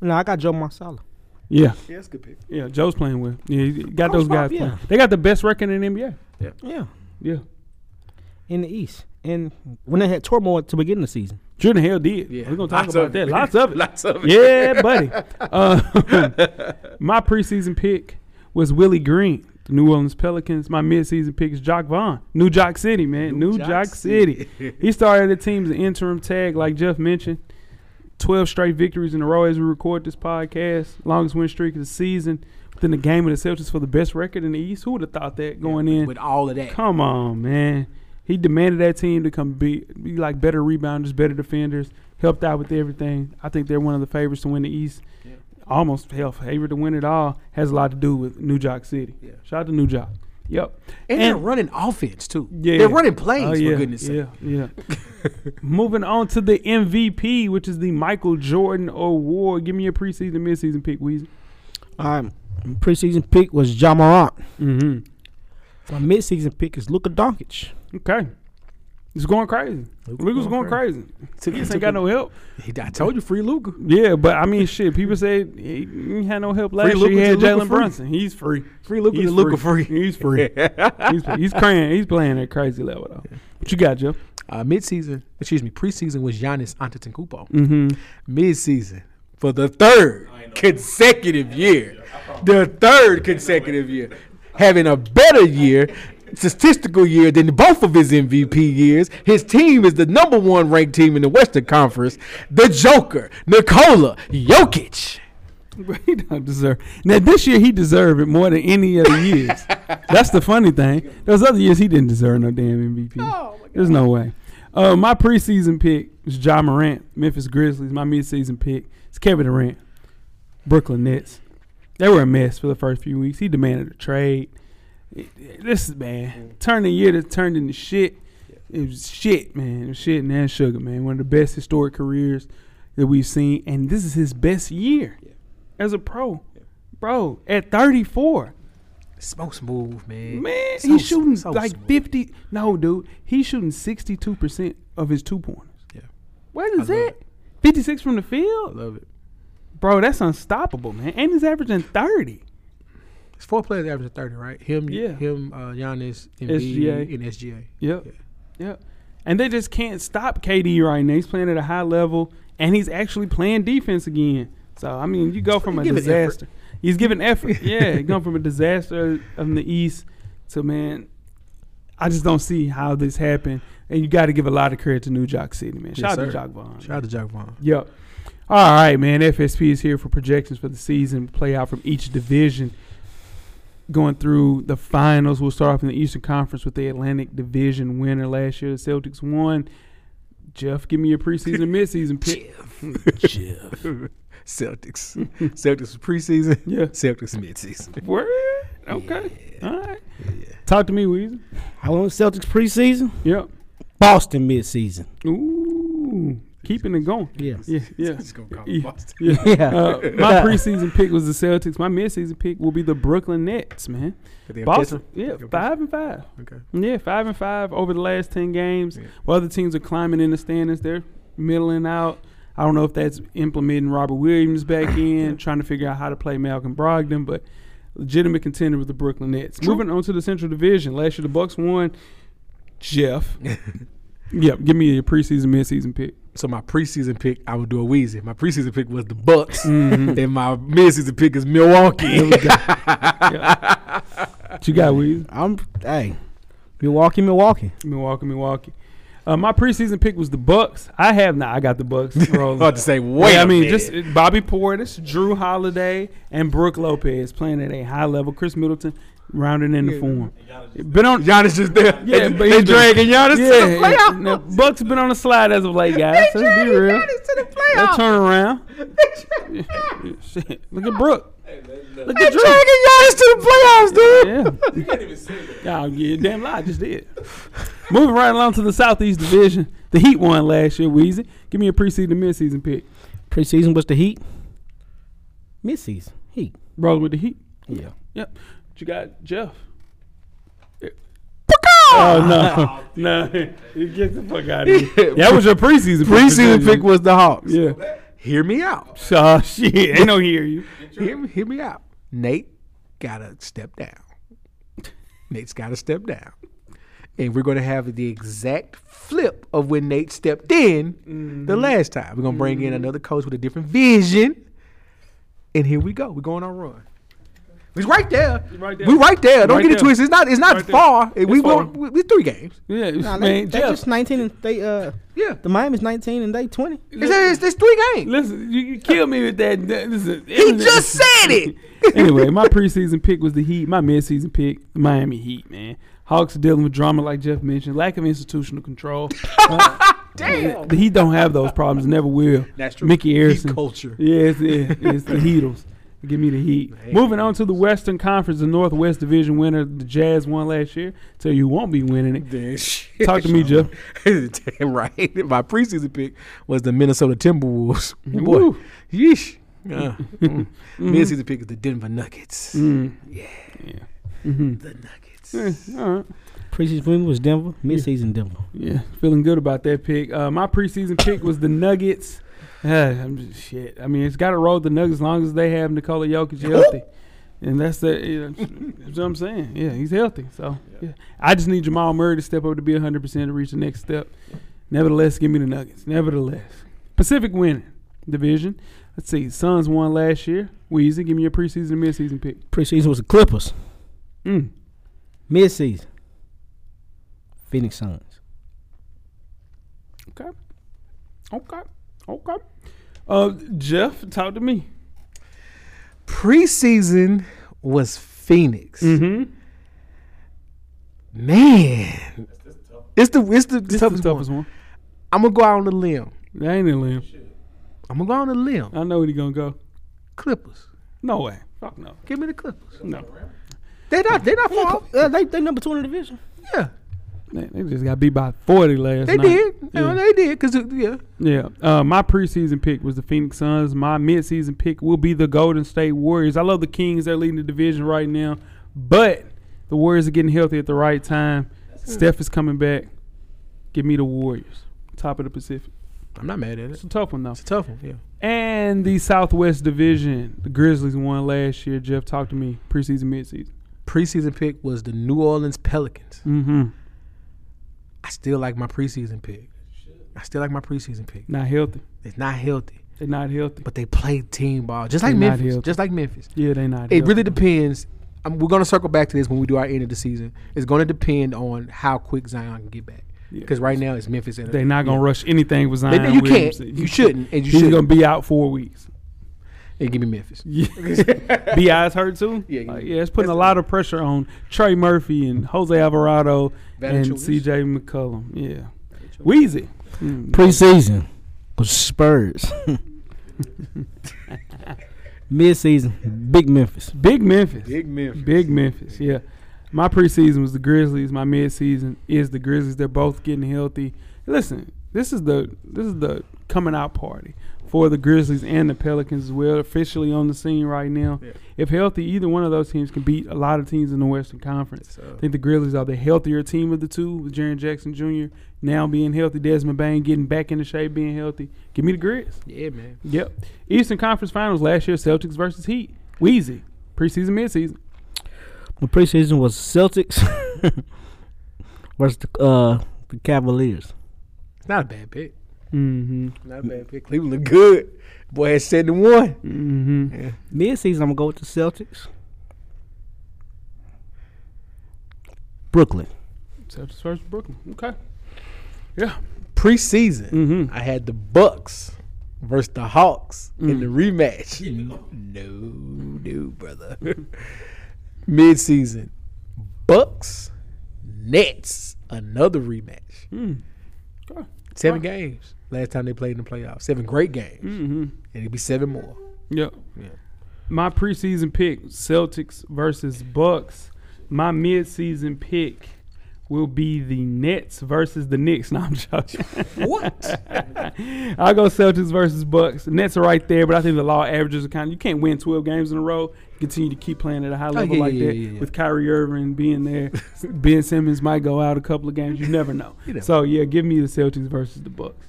No, I got Joe Marsala. Yeah, Yeah, that's a good pick. yeah. Joe's playing well. Yeah, he got Coach those guys Pop, yeah. playing. They got the best record in the NBA. Yeah, Yeah, in the East, and when they had turmoil to begin the season. Jordan Hell did. Yeah. We're gonna talk Lots of about it. that. Lots of it. Lots of it. Yeah, buddy. Uh, my preseason pick was Willie Green, the New Orleans Pelicans. My midseason pick is Jock Vaughn, New Jock City, man. New, Jock Jock, City. he started the team as an interim tag, like Jeff mentioned. 12 straight victories in a row as we record this podcast. Longest win streak of the season. Within the game of the Celtics for the best record in the East. Who would have thought that going in? With all of that. Come on, man. He demanded that team to come be, be like better rebounders, better defenders, helped out with everything. I think they're one of the favorites to win the East. Almost hell, favorite to win it all has a lot to do with New Jock City. Yeah. Shout out to New Jock. Yep. And, they're running offense, too. They're running plays, Oh, yeah, for goodness sake. yeah, Yeah. Moving on to the MVP, which is the Michael Jordan Award. Give me your preseason, midseason pick, Weezy. All right, my preseason pick was John Morant. Mm-hmm. My midseason pick is Luka Doncic. Okay. It's going crazy. Luka's Luka's going going crazy. He ain't took got a- no help. He- I told you, free Luca. Yeah, but I mean, shit. People said he, he had no help last Luka year. He had to Luka Jalen free. Brunson. He's free. Free Luka He's to Luka free. He's free. he's, he's crying. He's playing at crazy level though. What you got, Joe? Uh, midseason, excuse me, preseason was Giannis Antetokounmpo. Mm-hmm. Midseason, for the third consecutive year. The third consecutive year. having a better year, statistical year than both of his MVP years. His team is the number one ranked team in the Western Conference. The Joker, Nikola Jokic. he don't deserve. Now this year he deserved it more than any other years. That's the funny thing. Those other years he didn't deserve no damn MVP. There's no way. Uh, my preseason pick is Ja Morant, Memphis Grizzlies. My midseason pick is Kevin Durant, Brooklyn Nets. They were a mess for the first few weeks. He demanded a trade. It- it- This is man turned the year to turned into shit. It was shit, man. It was shit and that sugar, man. One of the best historic careers that we've seen, and this is his best year as a pro, bro. At 34, Smoke smooth, man. man, So he's s- shooting so like smooth. 50. No, dude, he's shooting 62 percent of his two pointers. Yeah. What is I that? love 56 from the field, Love it. bro. That's unstoppable, man. And he's averaging 30. It's four players averaging thirty, right? Him, Yeah. him, uh, Giannis, SGA. Embiid, and SGA. Yep. Yeah. Yep. And they just can't stop KD right now. He's playing at a high level, and he's actually playing defense again. So I mean, you go from a Give it effort. disaster. He's giving effort. yeah, going from a disaster in the East to man. I just don't see how this happened. And you got to give a lot of credit to New Jock City, man. Shout out to sir. Jock Vaughn. Shout out to Jack Vaughn. Yep. All right, man. FSP is here for projections for the season, play out from each division. Going through the finals, we'll start off in the Eastern Conference with the Atlantic Division winner last year. The Celtics won. Jeff, give me your preseason and midseason pick. Celtics. Celtics preseason. Yeah. Celtics midseason. Word? Okay. All right. Talk to me, Weezy. I want Celtics preseason, Yep. Boston midseason. Ooh. Keeping it going. Yeah. Yeah. Yeah. Just gonna call Yeah. him Boston. Yeah. Yeah. Uh, my preseason pick was the Celtics. My midseason pick will be the Brooklyn Nets, man. But they'll catch Boston, him. yeah, They'll catch five and five. him. Okay. Yeah, five and five over the last ten games. Yeah. While other teams are climbing in the standings, they're middling out. I don't know if that's implementing Robert Williams back in, trying to figure out how to play Malcolm Brogdon, but legitimate contender with the Brooklyn Nets. Moving on to the Central Division. Last year the Bucks won. Jeff. yep, give me your preseason, midseason pick. So my preseason pick, I would do a Wheezy. My preseason pick was the Bucks, Mm-hmm. and my midseason pick is Milwaukee. What you got, Weezy? I'm hey, Milwaukee, Milwaukee. Milwaukee, Milwaukee. Uh, my preseason pick was the Bucks. I have not. I got the Bucks. I was rolling. about to say, wait. I a mean, minute. just uh, Bobby Portis, Drew Holiday, and Brooke Lopez playing at a high level. Chris Middleton rounding in the form. Been on, Giannis just there. yeah, they, but they he's been- dragging Giannis to the yeah, playoffs. now, Bucks been on the slide as of late, guys. They Let's be dragging real. Giannis to the They'll playoffs. turn around. They Shit. Look at Brooke. Look dragging at Drew. Giannis to the playoffs, dude. Yeah. Y'all, yeah, damn lie, I just did. Moving right along to the Southeast Division. The Heat won last year, Weezy. Give me a preseason, midseason pick. Preseason was the Heat. Midseason Heat. Rolling with the Heat. Yeah. Yep. But you got Jeff. Oh no, no! You Get the fuck out of here. That was your preseason. Preseason pick was the Hawks. yeah. Hear me out. Oh shit! Ain't no hear you. Hear, me- hear me out. Nate gotta step down. Nate's gotta step down. And we're gonna have the exact flip of when Nate stepped in Mm-hmm. the last time. We're gonna bring in another coach with a different vision. And here we go. We're going on a run. It's right there. right there. We're right there. Don't Right get it there. twisted. It's not. It's not Right there. far. we It's far. won. we- It's three games. Yeah, Nah, they, man, they Jeff. just 19 and they uh Yeah. the Miami's 19 and they 20. It's, it's, it's three games. Listen, you, you kill me with that. that- Listen, He just said it. anyway, my preseason pick was the Heat. My midseason pick, Miami Heat. Man, Hawks are dealing with drama, like Jeff mentioned, lack of institutional control. Damn, the Heat don't have those problems. Never will. That's true. Mickey Heat Arison. culture. Yes, yeah, it's the Heatles. Give me the Heat. Moving on to the Western Conference, the Northwest Division winner, the Jazz won last year, so you won't be winning it. Talk to me, Jeff. Damn right. My preseason pick was the Minnesota Timberwolves. Woo. Mm-hmm. Boy, yeesh. Uh, mm. Midseason pick is the Denver Nuggets. Mm-hmm. Mm-hmm. The Nuggets. Eh, All right. Preseason win was Denver. Midseason Denver. Yeah, feeling good about that pick. Uh, my preseason pick was the Nuggets. Uh, I'm just, shit. I mean, it's got to roll the Nuggets as long as they have Nikola Jokic healthy, and that's the. You know, that's what I'm saying. Yeah, he's healthy. So yeah. I just need Jamal Murray to step up to be 100 percent to reach the next step. Nevertheless, give me the Nuggets. Nevertheless, Pacific winning division. Let's see. Suns won last year. Weezy, give me your preseason and midseason pick. Preseason was the Clippers. Mm. Midseason. Phoenix Suns. Okay. Okay. Okay. Uh, Jeff, talk to me. Preseason was Phoenix. Mm-hmm. Man, it's the it's the, This toughest, the toughest one. I'm gonna go out on the limb. That ain't in Lamb. I'm gonna go out on the limb. I know where he gonna go. Clippers. No way. Fuck no. Give me the Clippers. No. They not they not far off. Uh, they they number two in the division. Yeah, Man, they just got beat by forty last they night. did. Yeah. Yeah. they did. Cause it- yeah, Yeah. Uh, my preseason pick was the Phoenix Suns. My midseason pick will be the Golden State Warriors. I love the Kings. They're leading the division right now. But the Warriors are getting healthy at the right time. Steph is coming back. Give me the Warriors. Top of the Pacific. I'm not mad at it. It's a tough one, though. It's a tough one. Yeah. And the Southwest Division. The Grizzlies won last year. Jeff, talk to me. Preseason, midseason. Preseason pick was the New Orleans Pelicans. Mm-hmm. I still like my preseason pick. I still like my preseason pick. Not healthy. It's not healthy, They're not healthy. but they play team ball just like They're not Memphis. healthy. Just like Memphis. Yeah, they're not. It healthy. really depends. i we're gonna circle back to this when we do our end of the season. It's gonna depend on how quick Zion can get back. Yeah. Because right now it's Memphis and They're not gonna rush anything with They- Zion. they- you can't. Williamson. You shouldn't. And He's you shouldn't. gonna be out four weeks. and give me Memphis. Yeah. Bi's hurt too. Yeah, yeah. Like, yeah, it's putting a lot of pressure on Trey Murphy and Jose Alvarado and Valanciunas. C.J. McCollum. Yeah, Wheezy. Mm. Preseason was Spurs. Midseason, Big Memphis. Big Memphis. Big, Memphis. Memphis. Yeah. My preseason was the Grizzlies. My midseason is the Grizzlies. They're both getting healthy. Listen, this is the this is the coming out party for the Grizzlies and the Pelicans as well. Officially on the scene right now. If healthy, either one of those teams can beat a lot of teams in the Western Conference. I think the Grizzlies are the healthier team of the two with Jaron Jackson Jr. now being healthy, Desmond Bain getting back into shape, being healthy. Give me the Grizz. Yeah, man. Yep. Eastern Conference Finals last year, Celtics versus Heat. Wheezy. Preseason, midseason. My preseason was Celtics versus the, uh, the Cavaliers. It's not a bad pick. Mm-hmm. Not a bad pick. Cleveland look good. Boy had seven and one. Mm-hmm. Midseason, I'm gonna go with the Celtics. Brooklyn. Celtics versus Brooklyn. Okay. Yeah. Preseason, Mhm. I had the Bucks versus the Hawks in the rematch. No, no, brother. Midseason, Bucks, Nets, another rematch. Okay. Seven games. Last time they played in the playoffs. Seven great games. Mm-hmm. And it'd be seven more. Yep. Yeah. My preseason pick: Celtics versus Bucks. My midseason pick will be the Nets versus the Knicks. No, I'm joking. What? I'll go Celtics versus Bucks. The Nets are right there, but I think the law averages are kind of you can't win 12 games in a row. Continue to keep playing at a high level Oh, yeah, like yeah, that yeah, yeah. with Kyrie Irving being there. ben Simmons might go out a couple of games. You never know. so yeah, give me the Celtics versus the Bucks.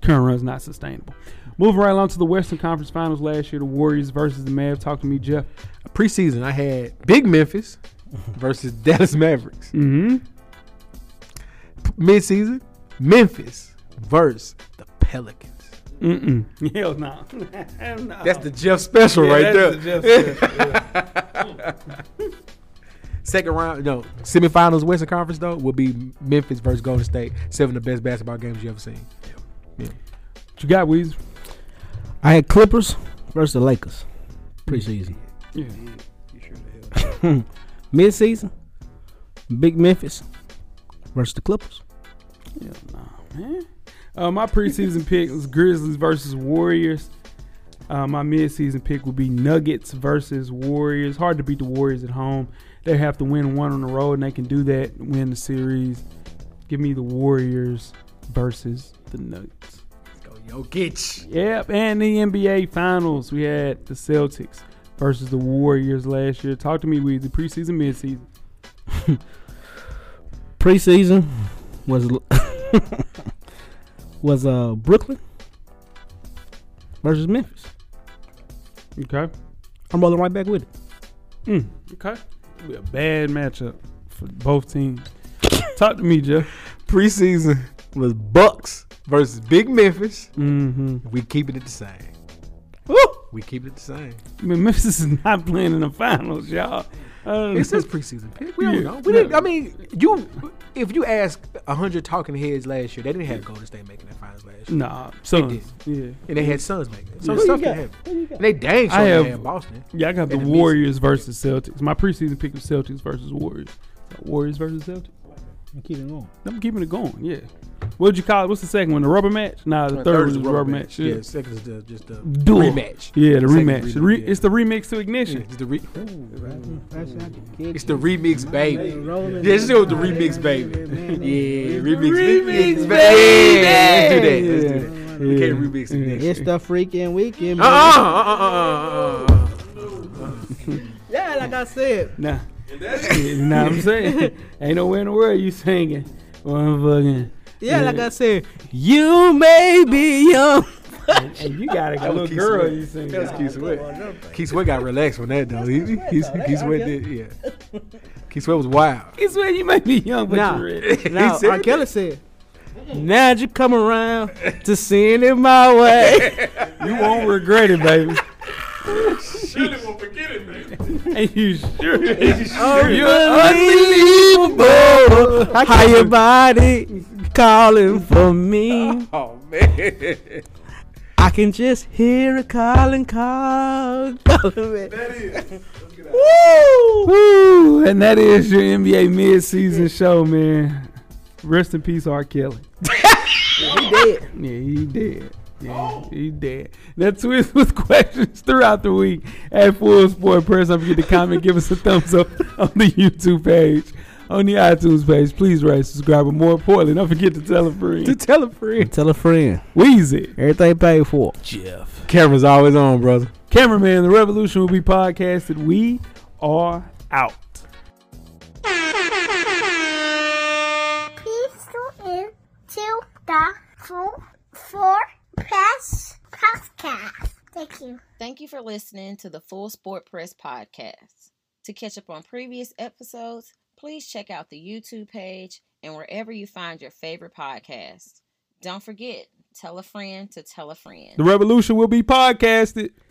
Current run's not sustainable. Moving right along to the Western Conference Finals last year, the Warriors versus the Mavs. Talk to me, Jeff. Preseason, I had Big Memphis versus Dallas Mavericks. Mm-hmm. Midseason, Memphis versus the Pelicans. Mm-mm. Hell no. Hell no. That's the Jeff special right there. Second round, no semifinals, Western Conference though will be Memphis versus Golden State. Seven of the best basketball games you ever seen. What you got, Weez? I had Clippers versus the Lakers. Preseason. Yeah. Midseason, Big Memphis versus the Clippers. Yeah, nah, man. Uh, my preseason pick is Grizzlies versus Warriors. Uh, my midseason pick would be Nuggets versus Warriors. Hard to beat the Warriors at home. They have to win one on the road, and they can do that. Win the series. Give me the Warriors versus the Nuggets. Go Jokic. Yep, and the NBA Finals. We had the Celtics versus the Warriors last year. Talk to me, with the preseason, midseason. Preseason was was uh Brooklyn versus Memphis. Okay. I'm rolling right back with it. Mm, okay. It'll be a bad matchup for both teams. Talk to me, Jeff. Preseason was Bucks versus Big Memphis. Mm-hmm. We keeping it the same. Woo! We keep it the same. I mean, Memphis is not playing in the finals, y'all. don't It's know. his preseason pick. We don't Yeah. know. We didn't. I mean, you. If you ask hundred talking heads last year, they didn't have Golden State making the finals last year, Nah, Suns. Yeah, and they had Suns making it. So Who you stuff can got? happen. Who you got? And they dang sure I have- had Boston. yeah. I got the And the Warriors versus Celtics. My preseason pick was Celtics versus Warriors. Uh, Warriors versus Celtics. You keep it going. I'm keeping it going. Yeah. What'd you call it? What's the second one? The rubber match? Nah, the third, Uh, Third was is the rubber match. Yeah, Yeah. second is the, just the Duel. rematch. Yeah, the Second rematch. The Re- It's the remix to ignition. It's the re- That's not the kid. it's the remix, baby. Rolling Yeah, let's go with the remix, baby. Yeah, remix, remix, baby. Yeah, Let's do that. Let's do that. We can't remix it next It's year. the freaking weekend. Uh uh man. uh uh uh. Yeah, like I said. Nah. You know what I'm saying? Ain't nowhere in the world you singing. One fucking. Yeah, like I said. You may be young. And you got a little Keith girl Sweat. you singing. That was Keith Sweat. Keith Sweat got relaxed on that though. He, he, he's, Keith Sweat did, yeah. Keith Sweat was wild. It's when you may be young, but Nah. you're ready. Now, said R. Kelly said. Now that you come around to seeing it my way. You won't regret it, baby. Shirley will forget it, man. And you sure? you sure you're Unbelievable. How your body calling for me. Oh man. I can just hear it calling, calling, calling. me. That is. Woo! Woo! And that is your NBA midseason show, man. Rest in peace, R. Kelly. He dead. Yeah, he did. Yeah, he did. Now tweet us with questions throughout the week at Full Sport Press. Don't forget to comment, give us a thumbs up on the YouTube page, on the iTunes page. Please rate, subscribe, but more importantly, don't forget to tell a to friend. tell a friend. Tell a friend. Weezy, Everything paid for. Camera's always on, brother. cameraman, the revolution will be podcasted. We are out. Please tune in to the Full Four Press Podcast. Thank you. Thank you for listening to the Full Sport Press podcast. To catch up on previous episodes, please check out the YouTube page and wherever you find your favorite podcast. Don't forget, tell a friend to tell a friend. The revolution will be podcasted.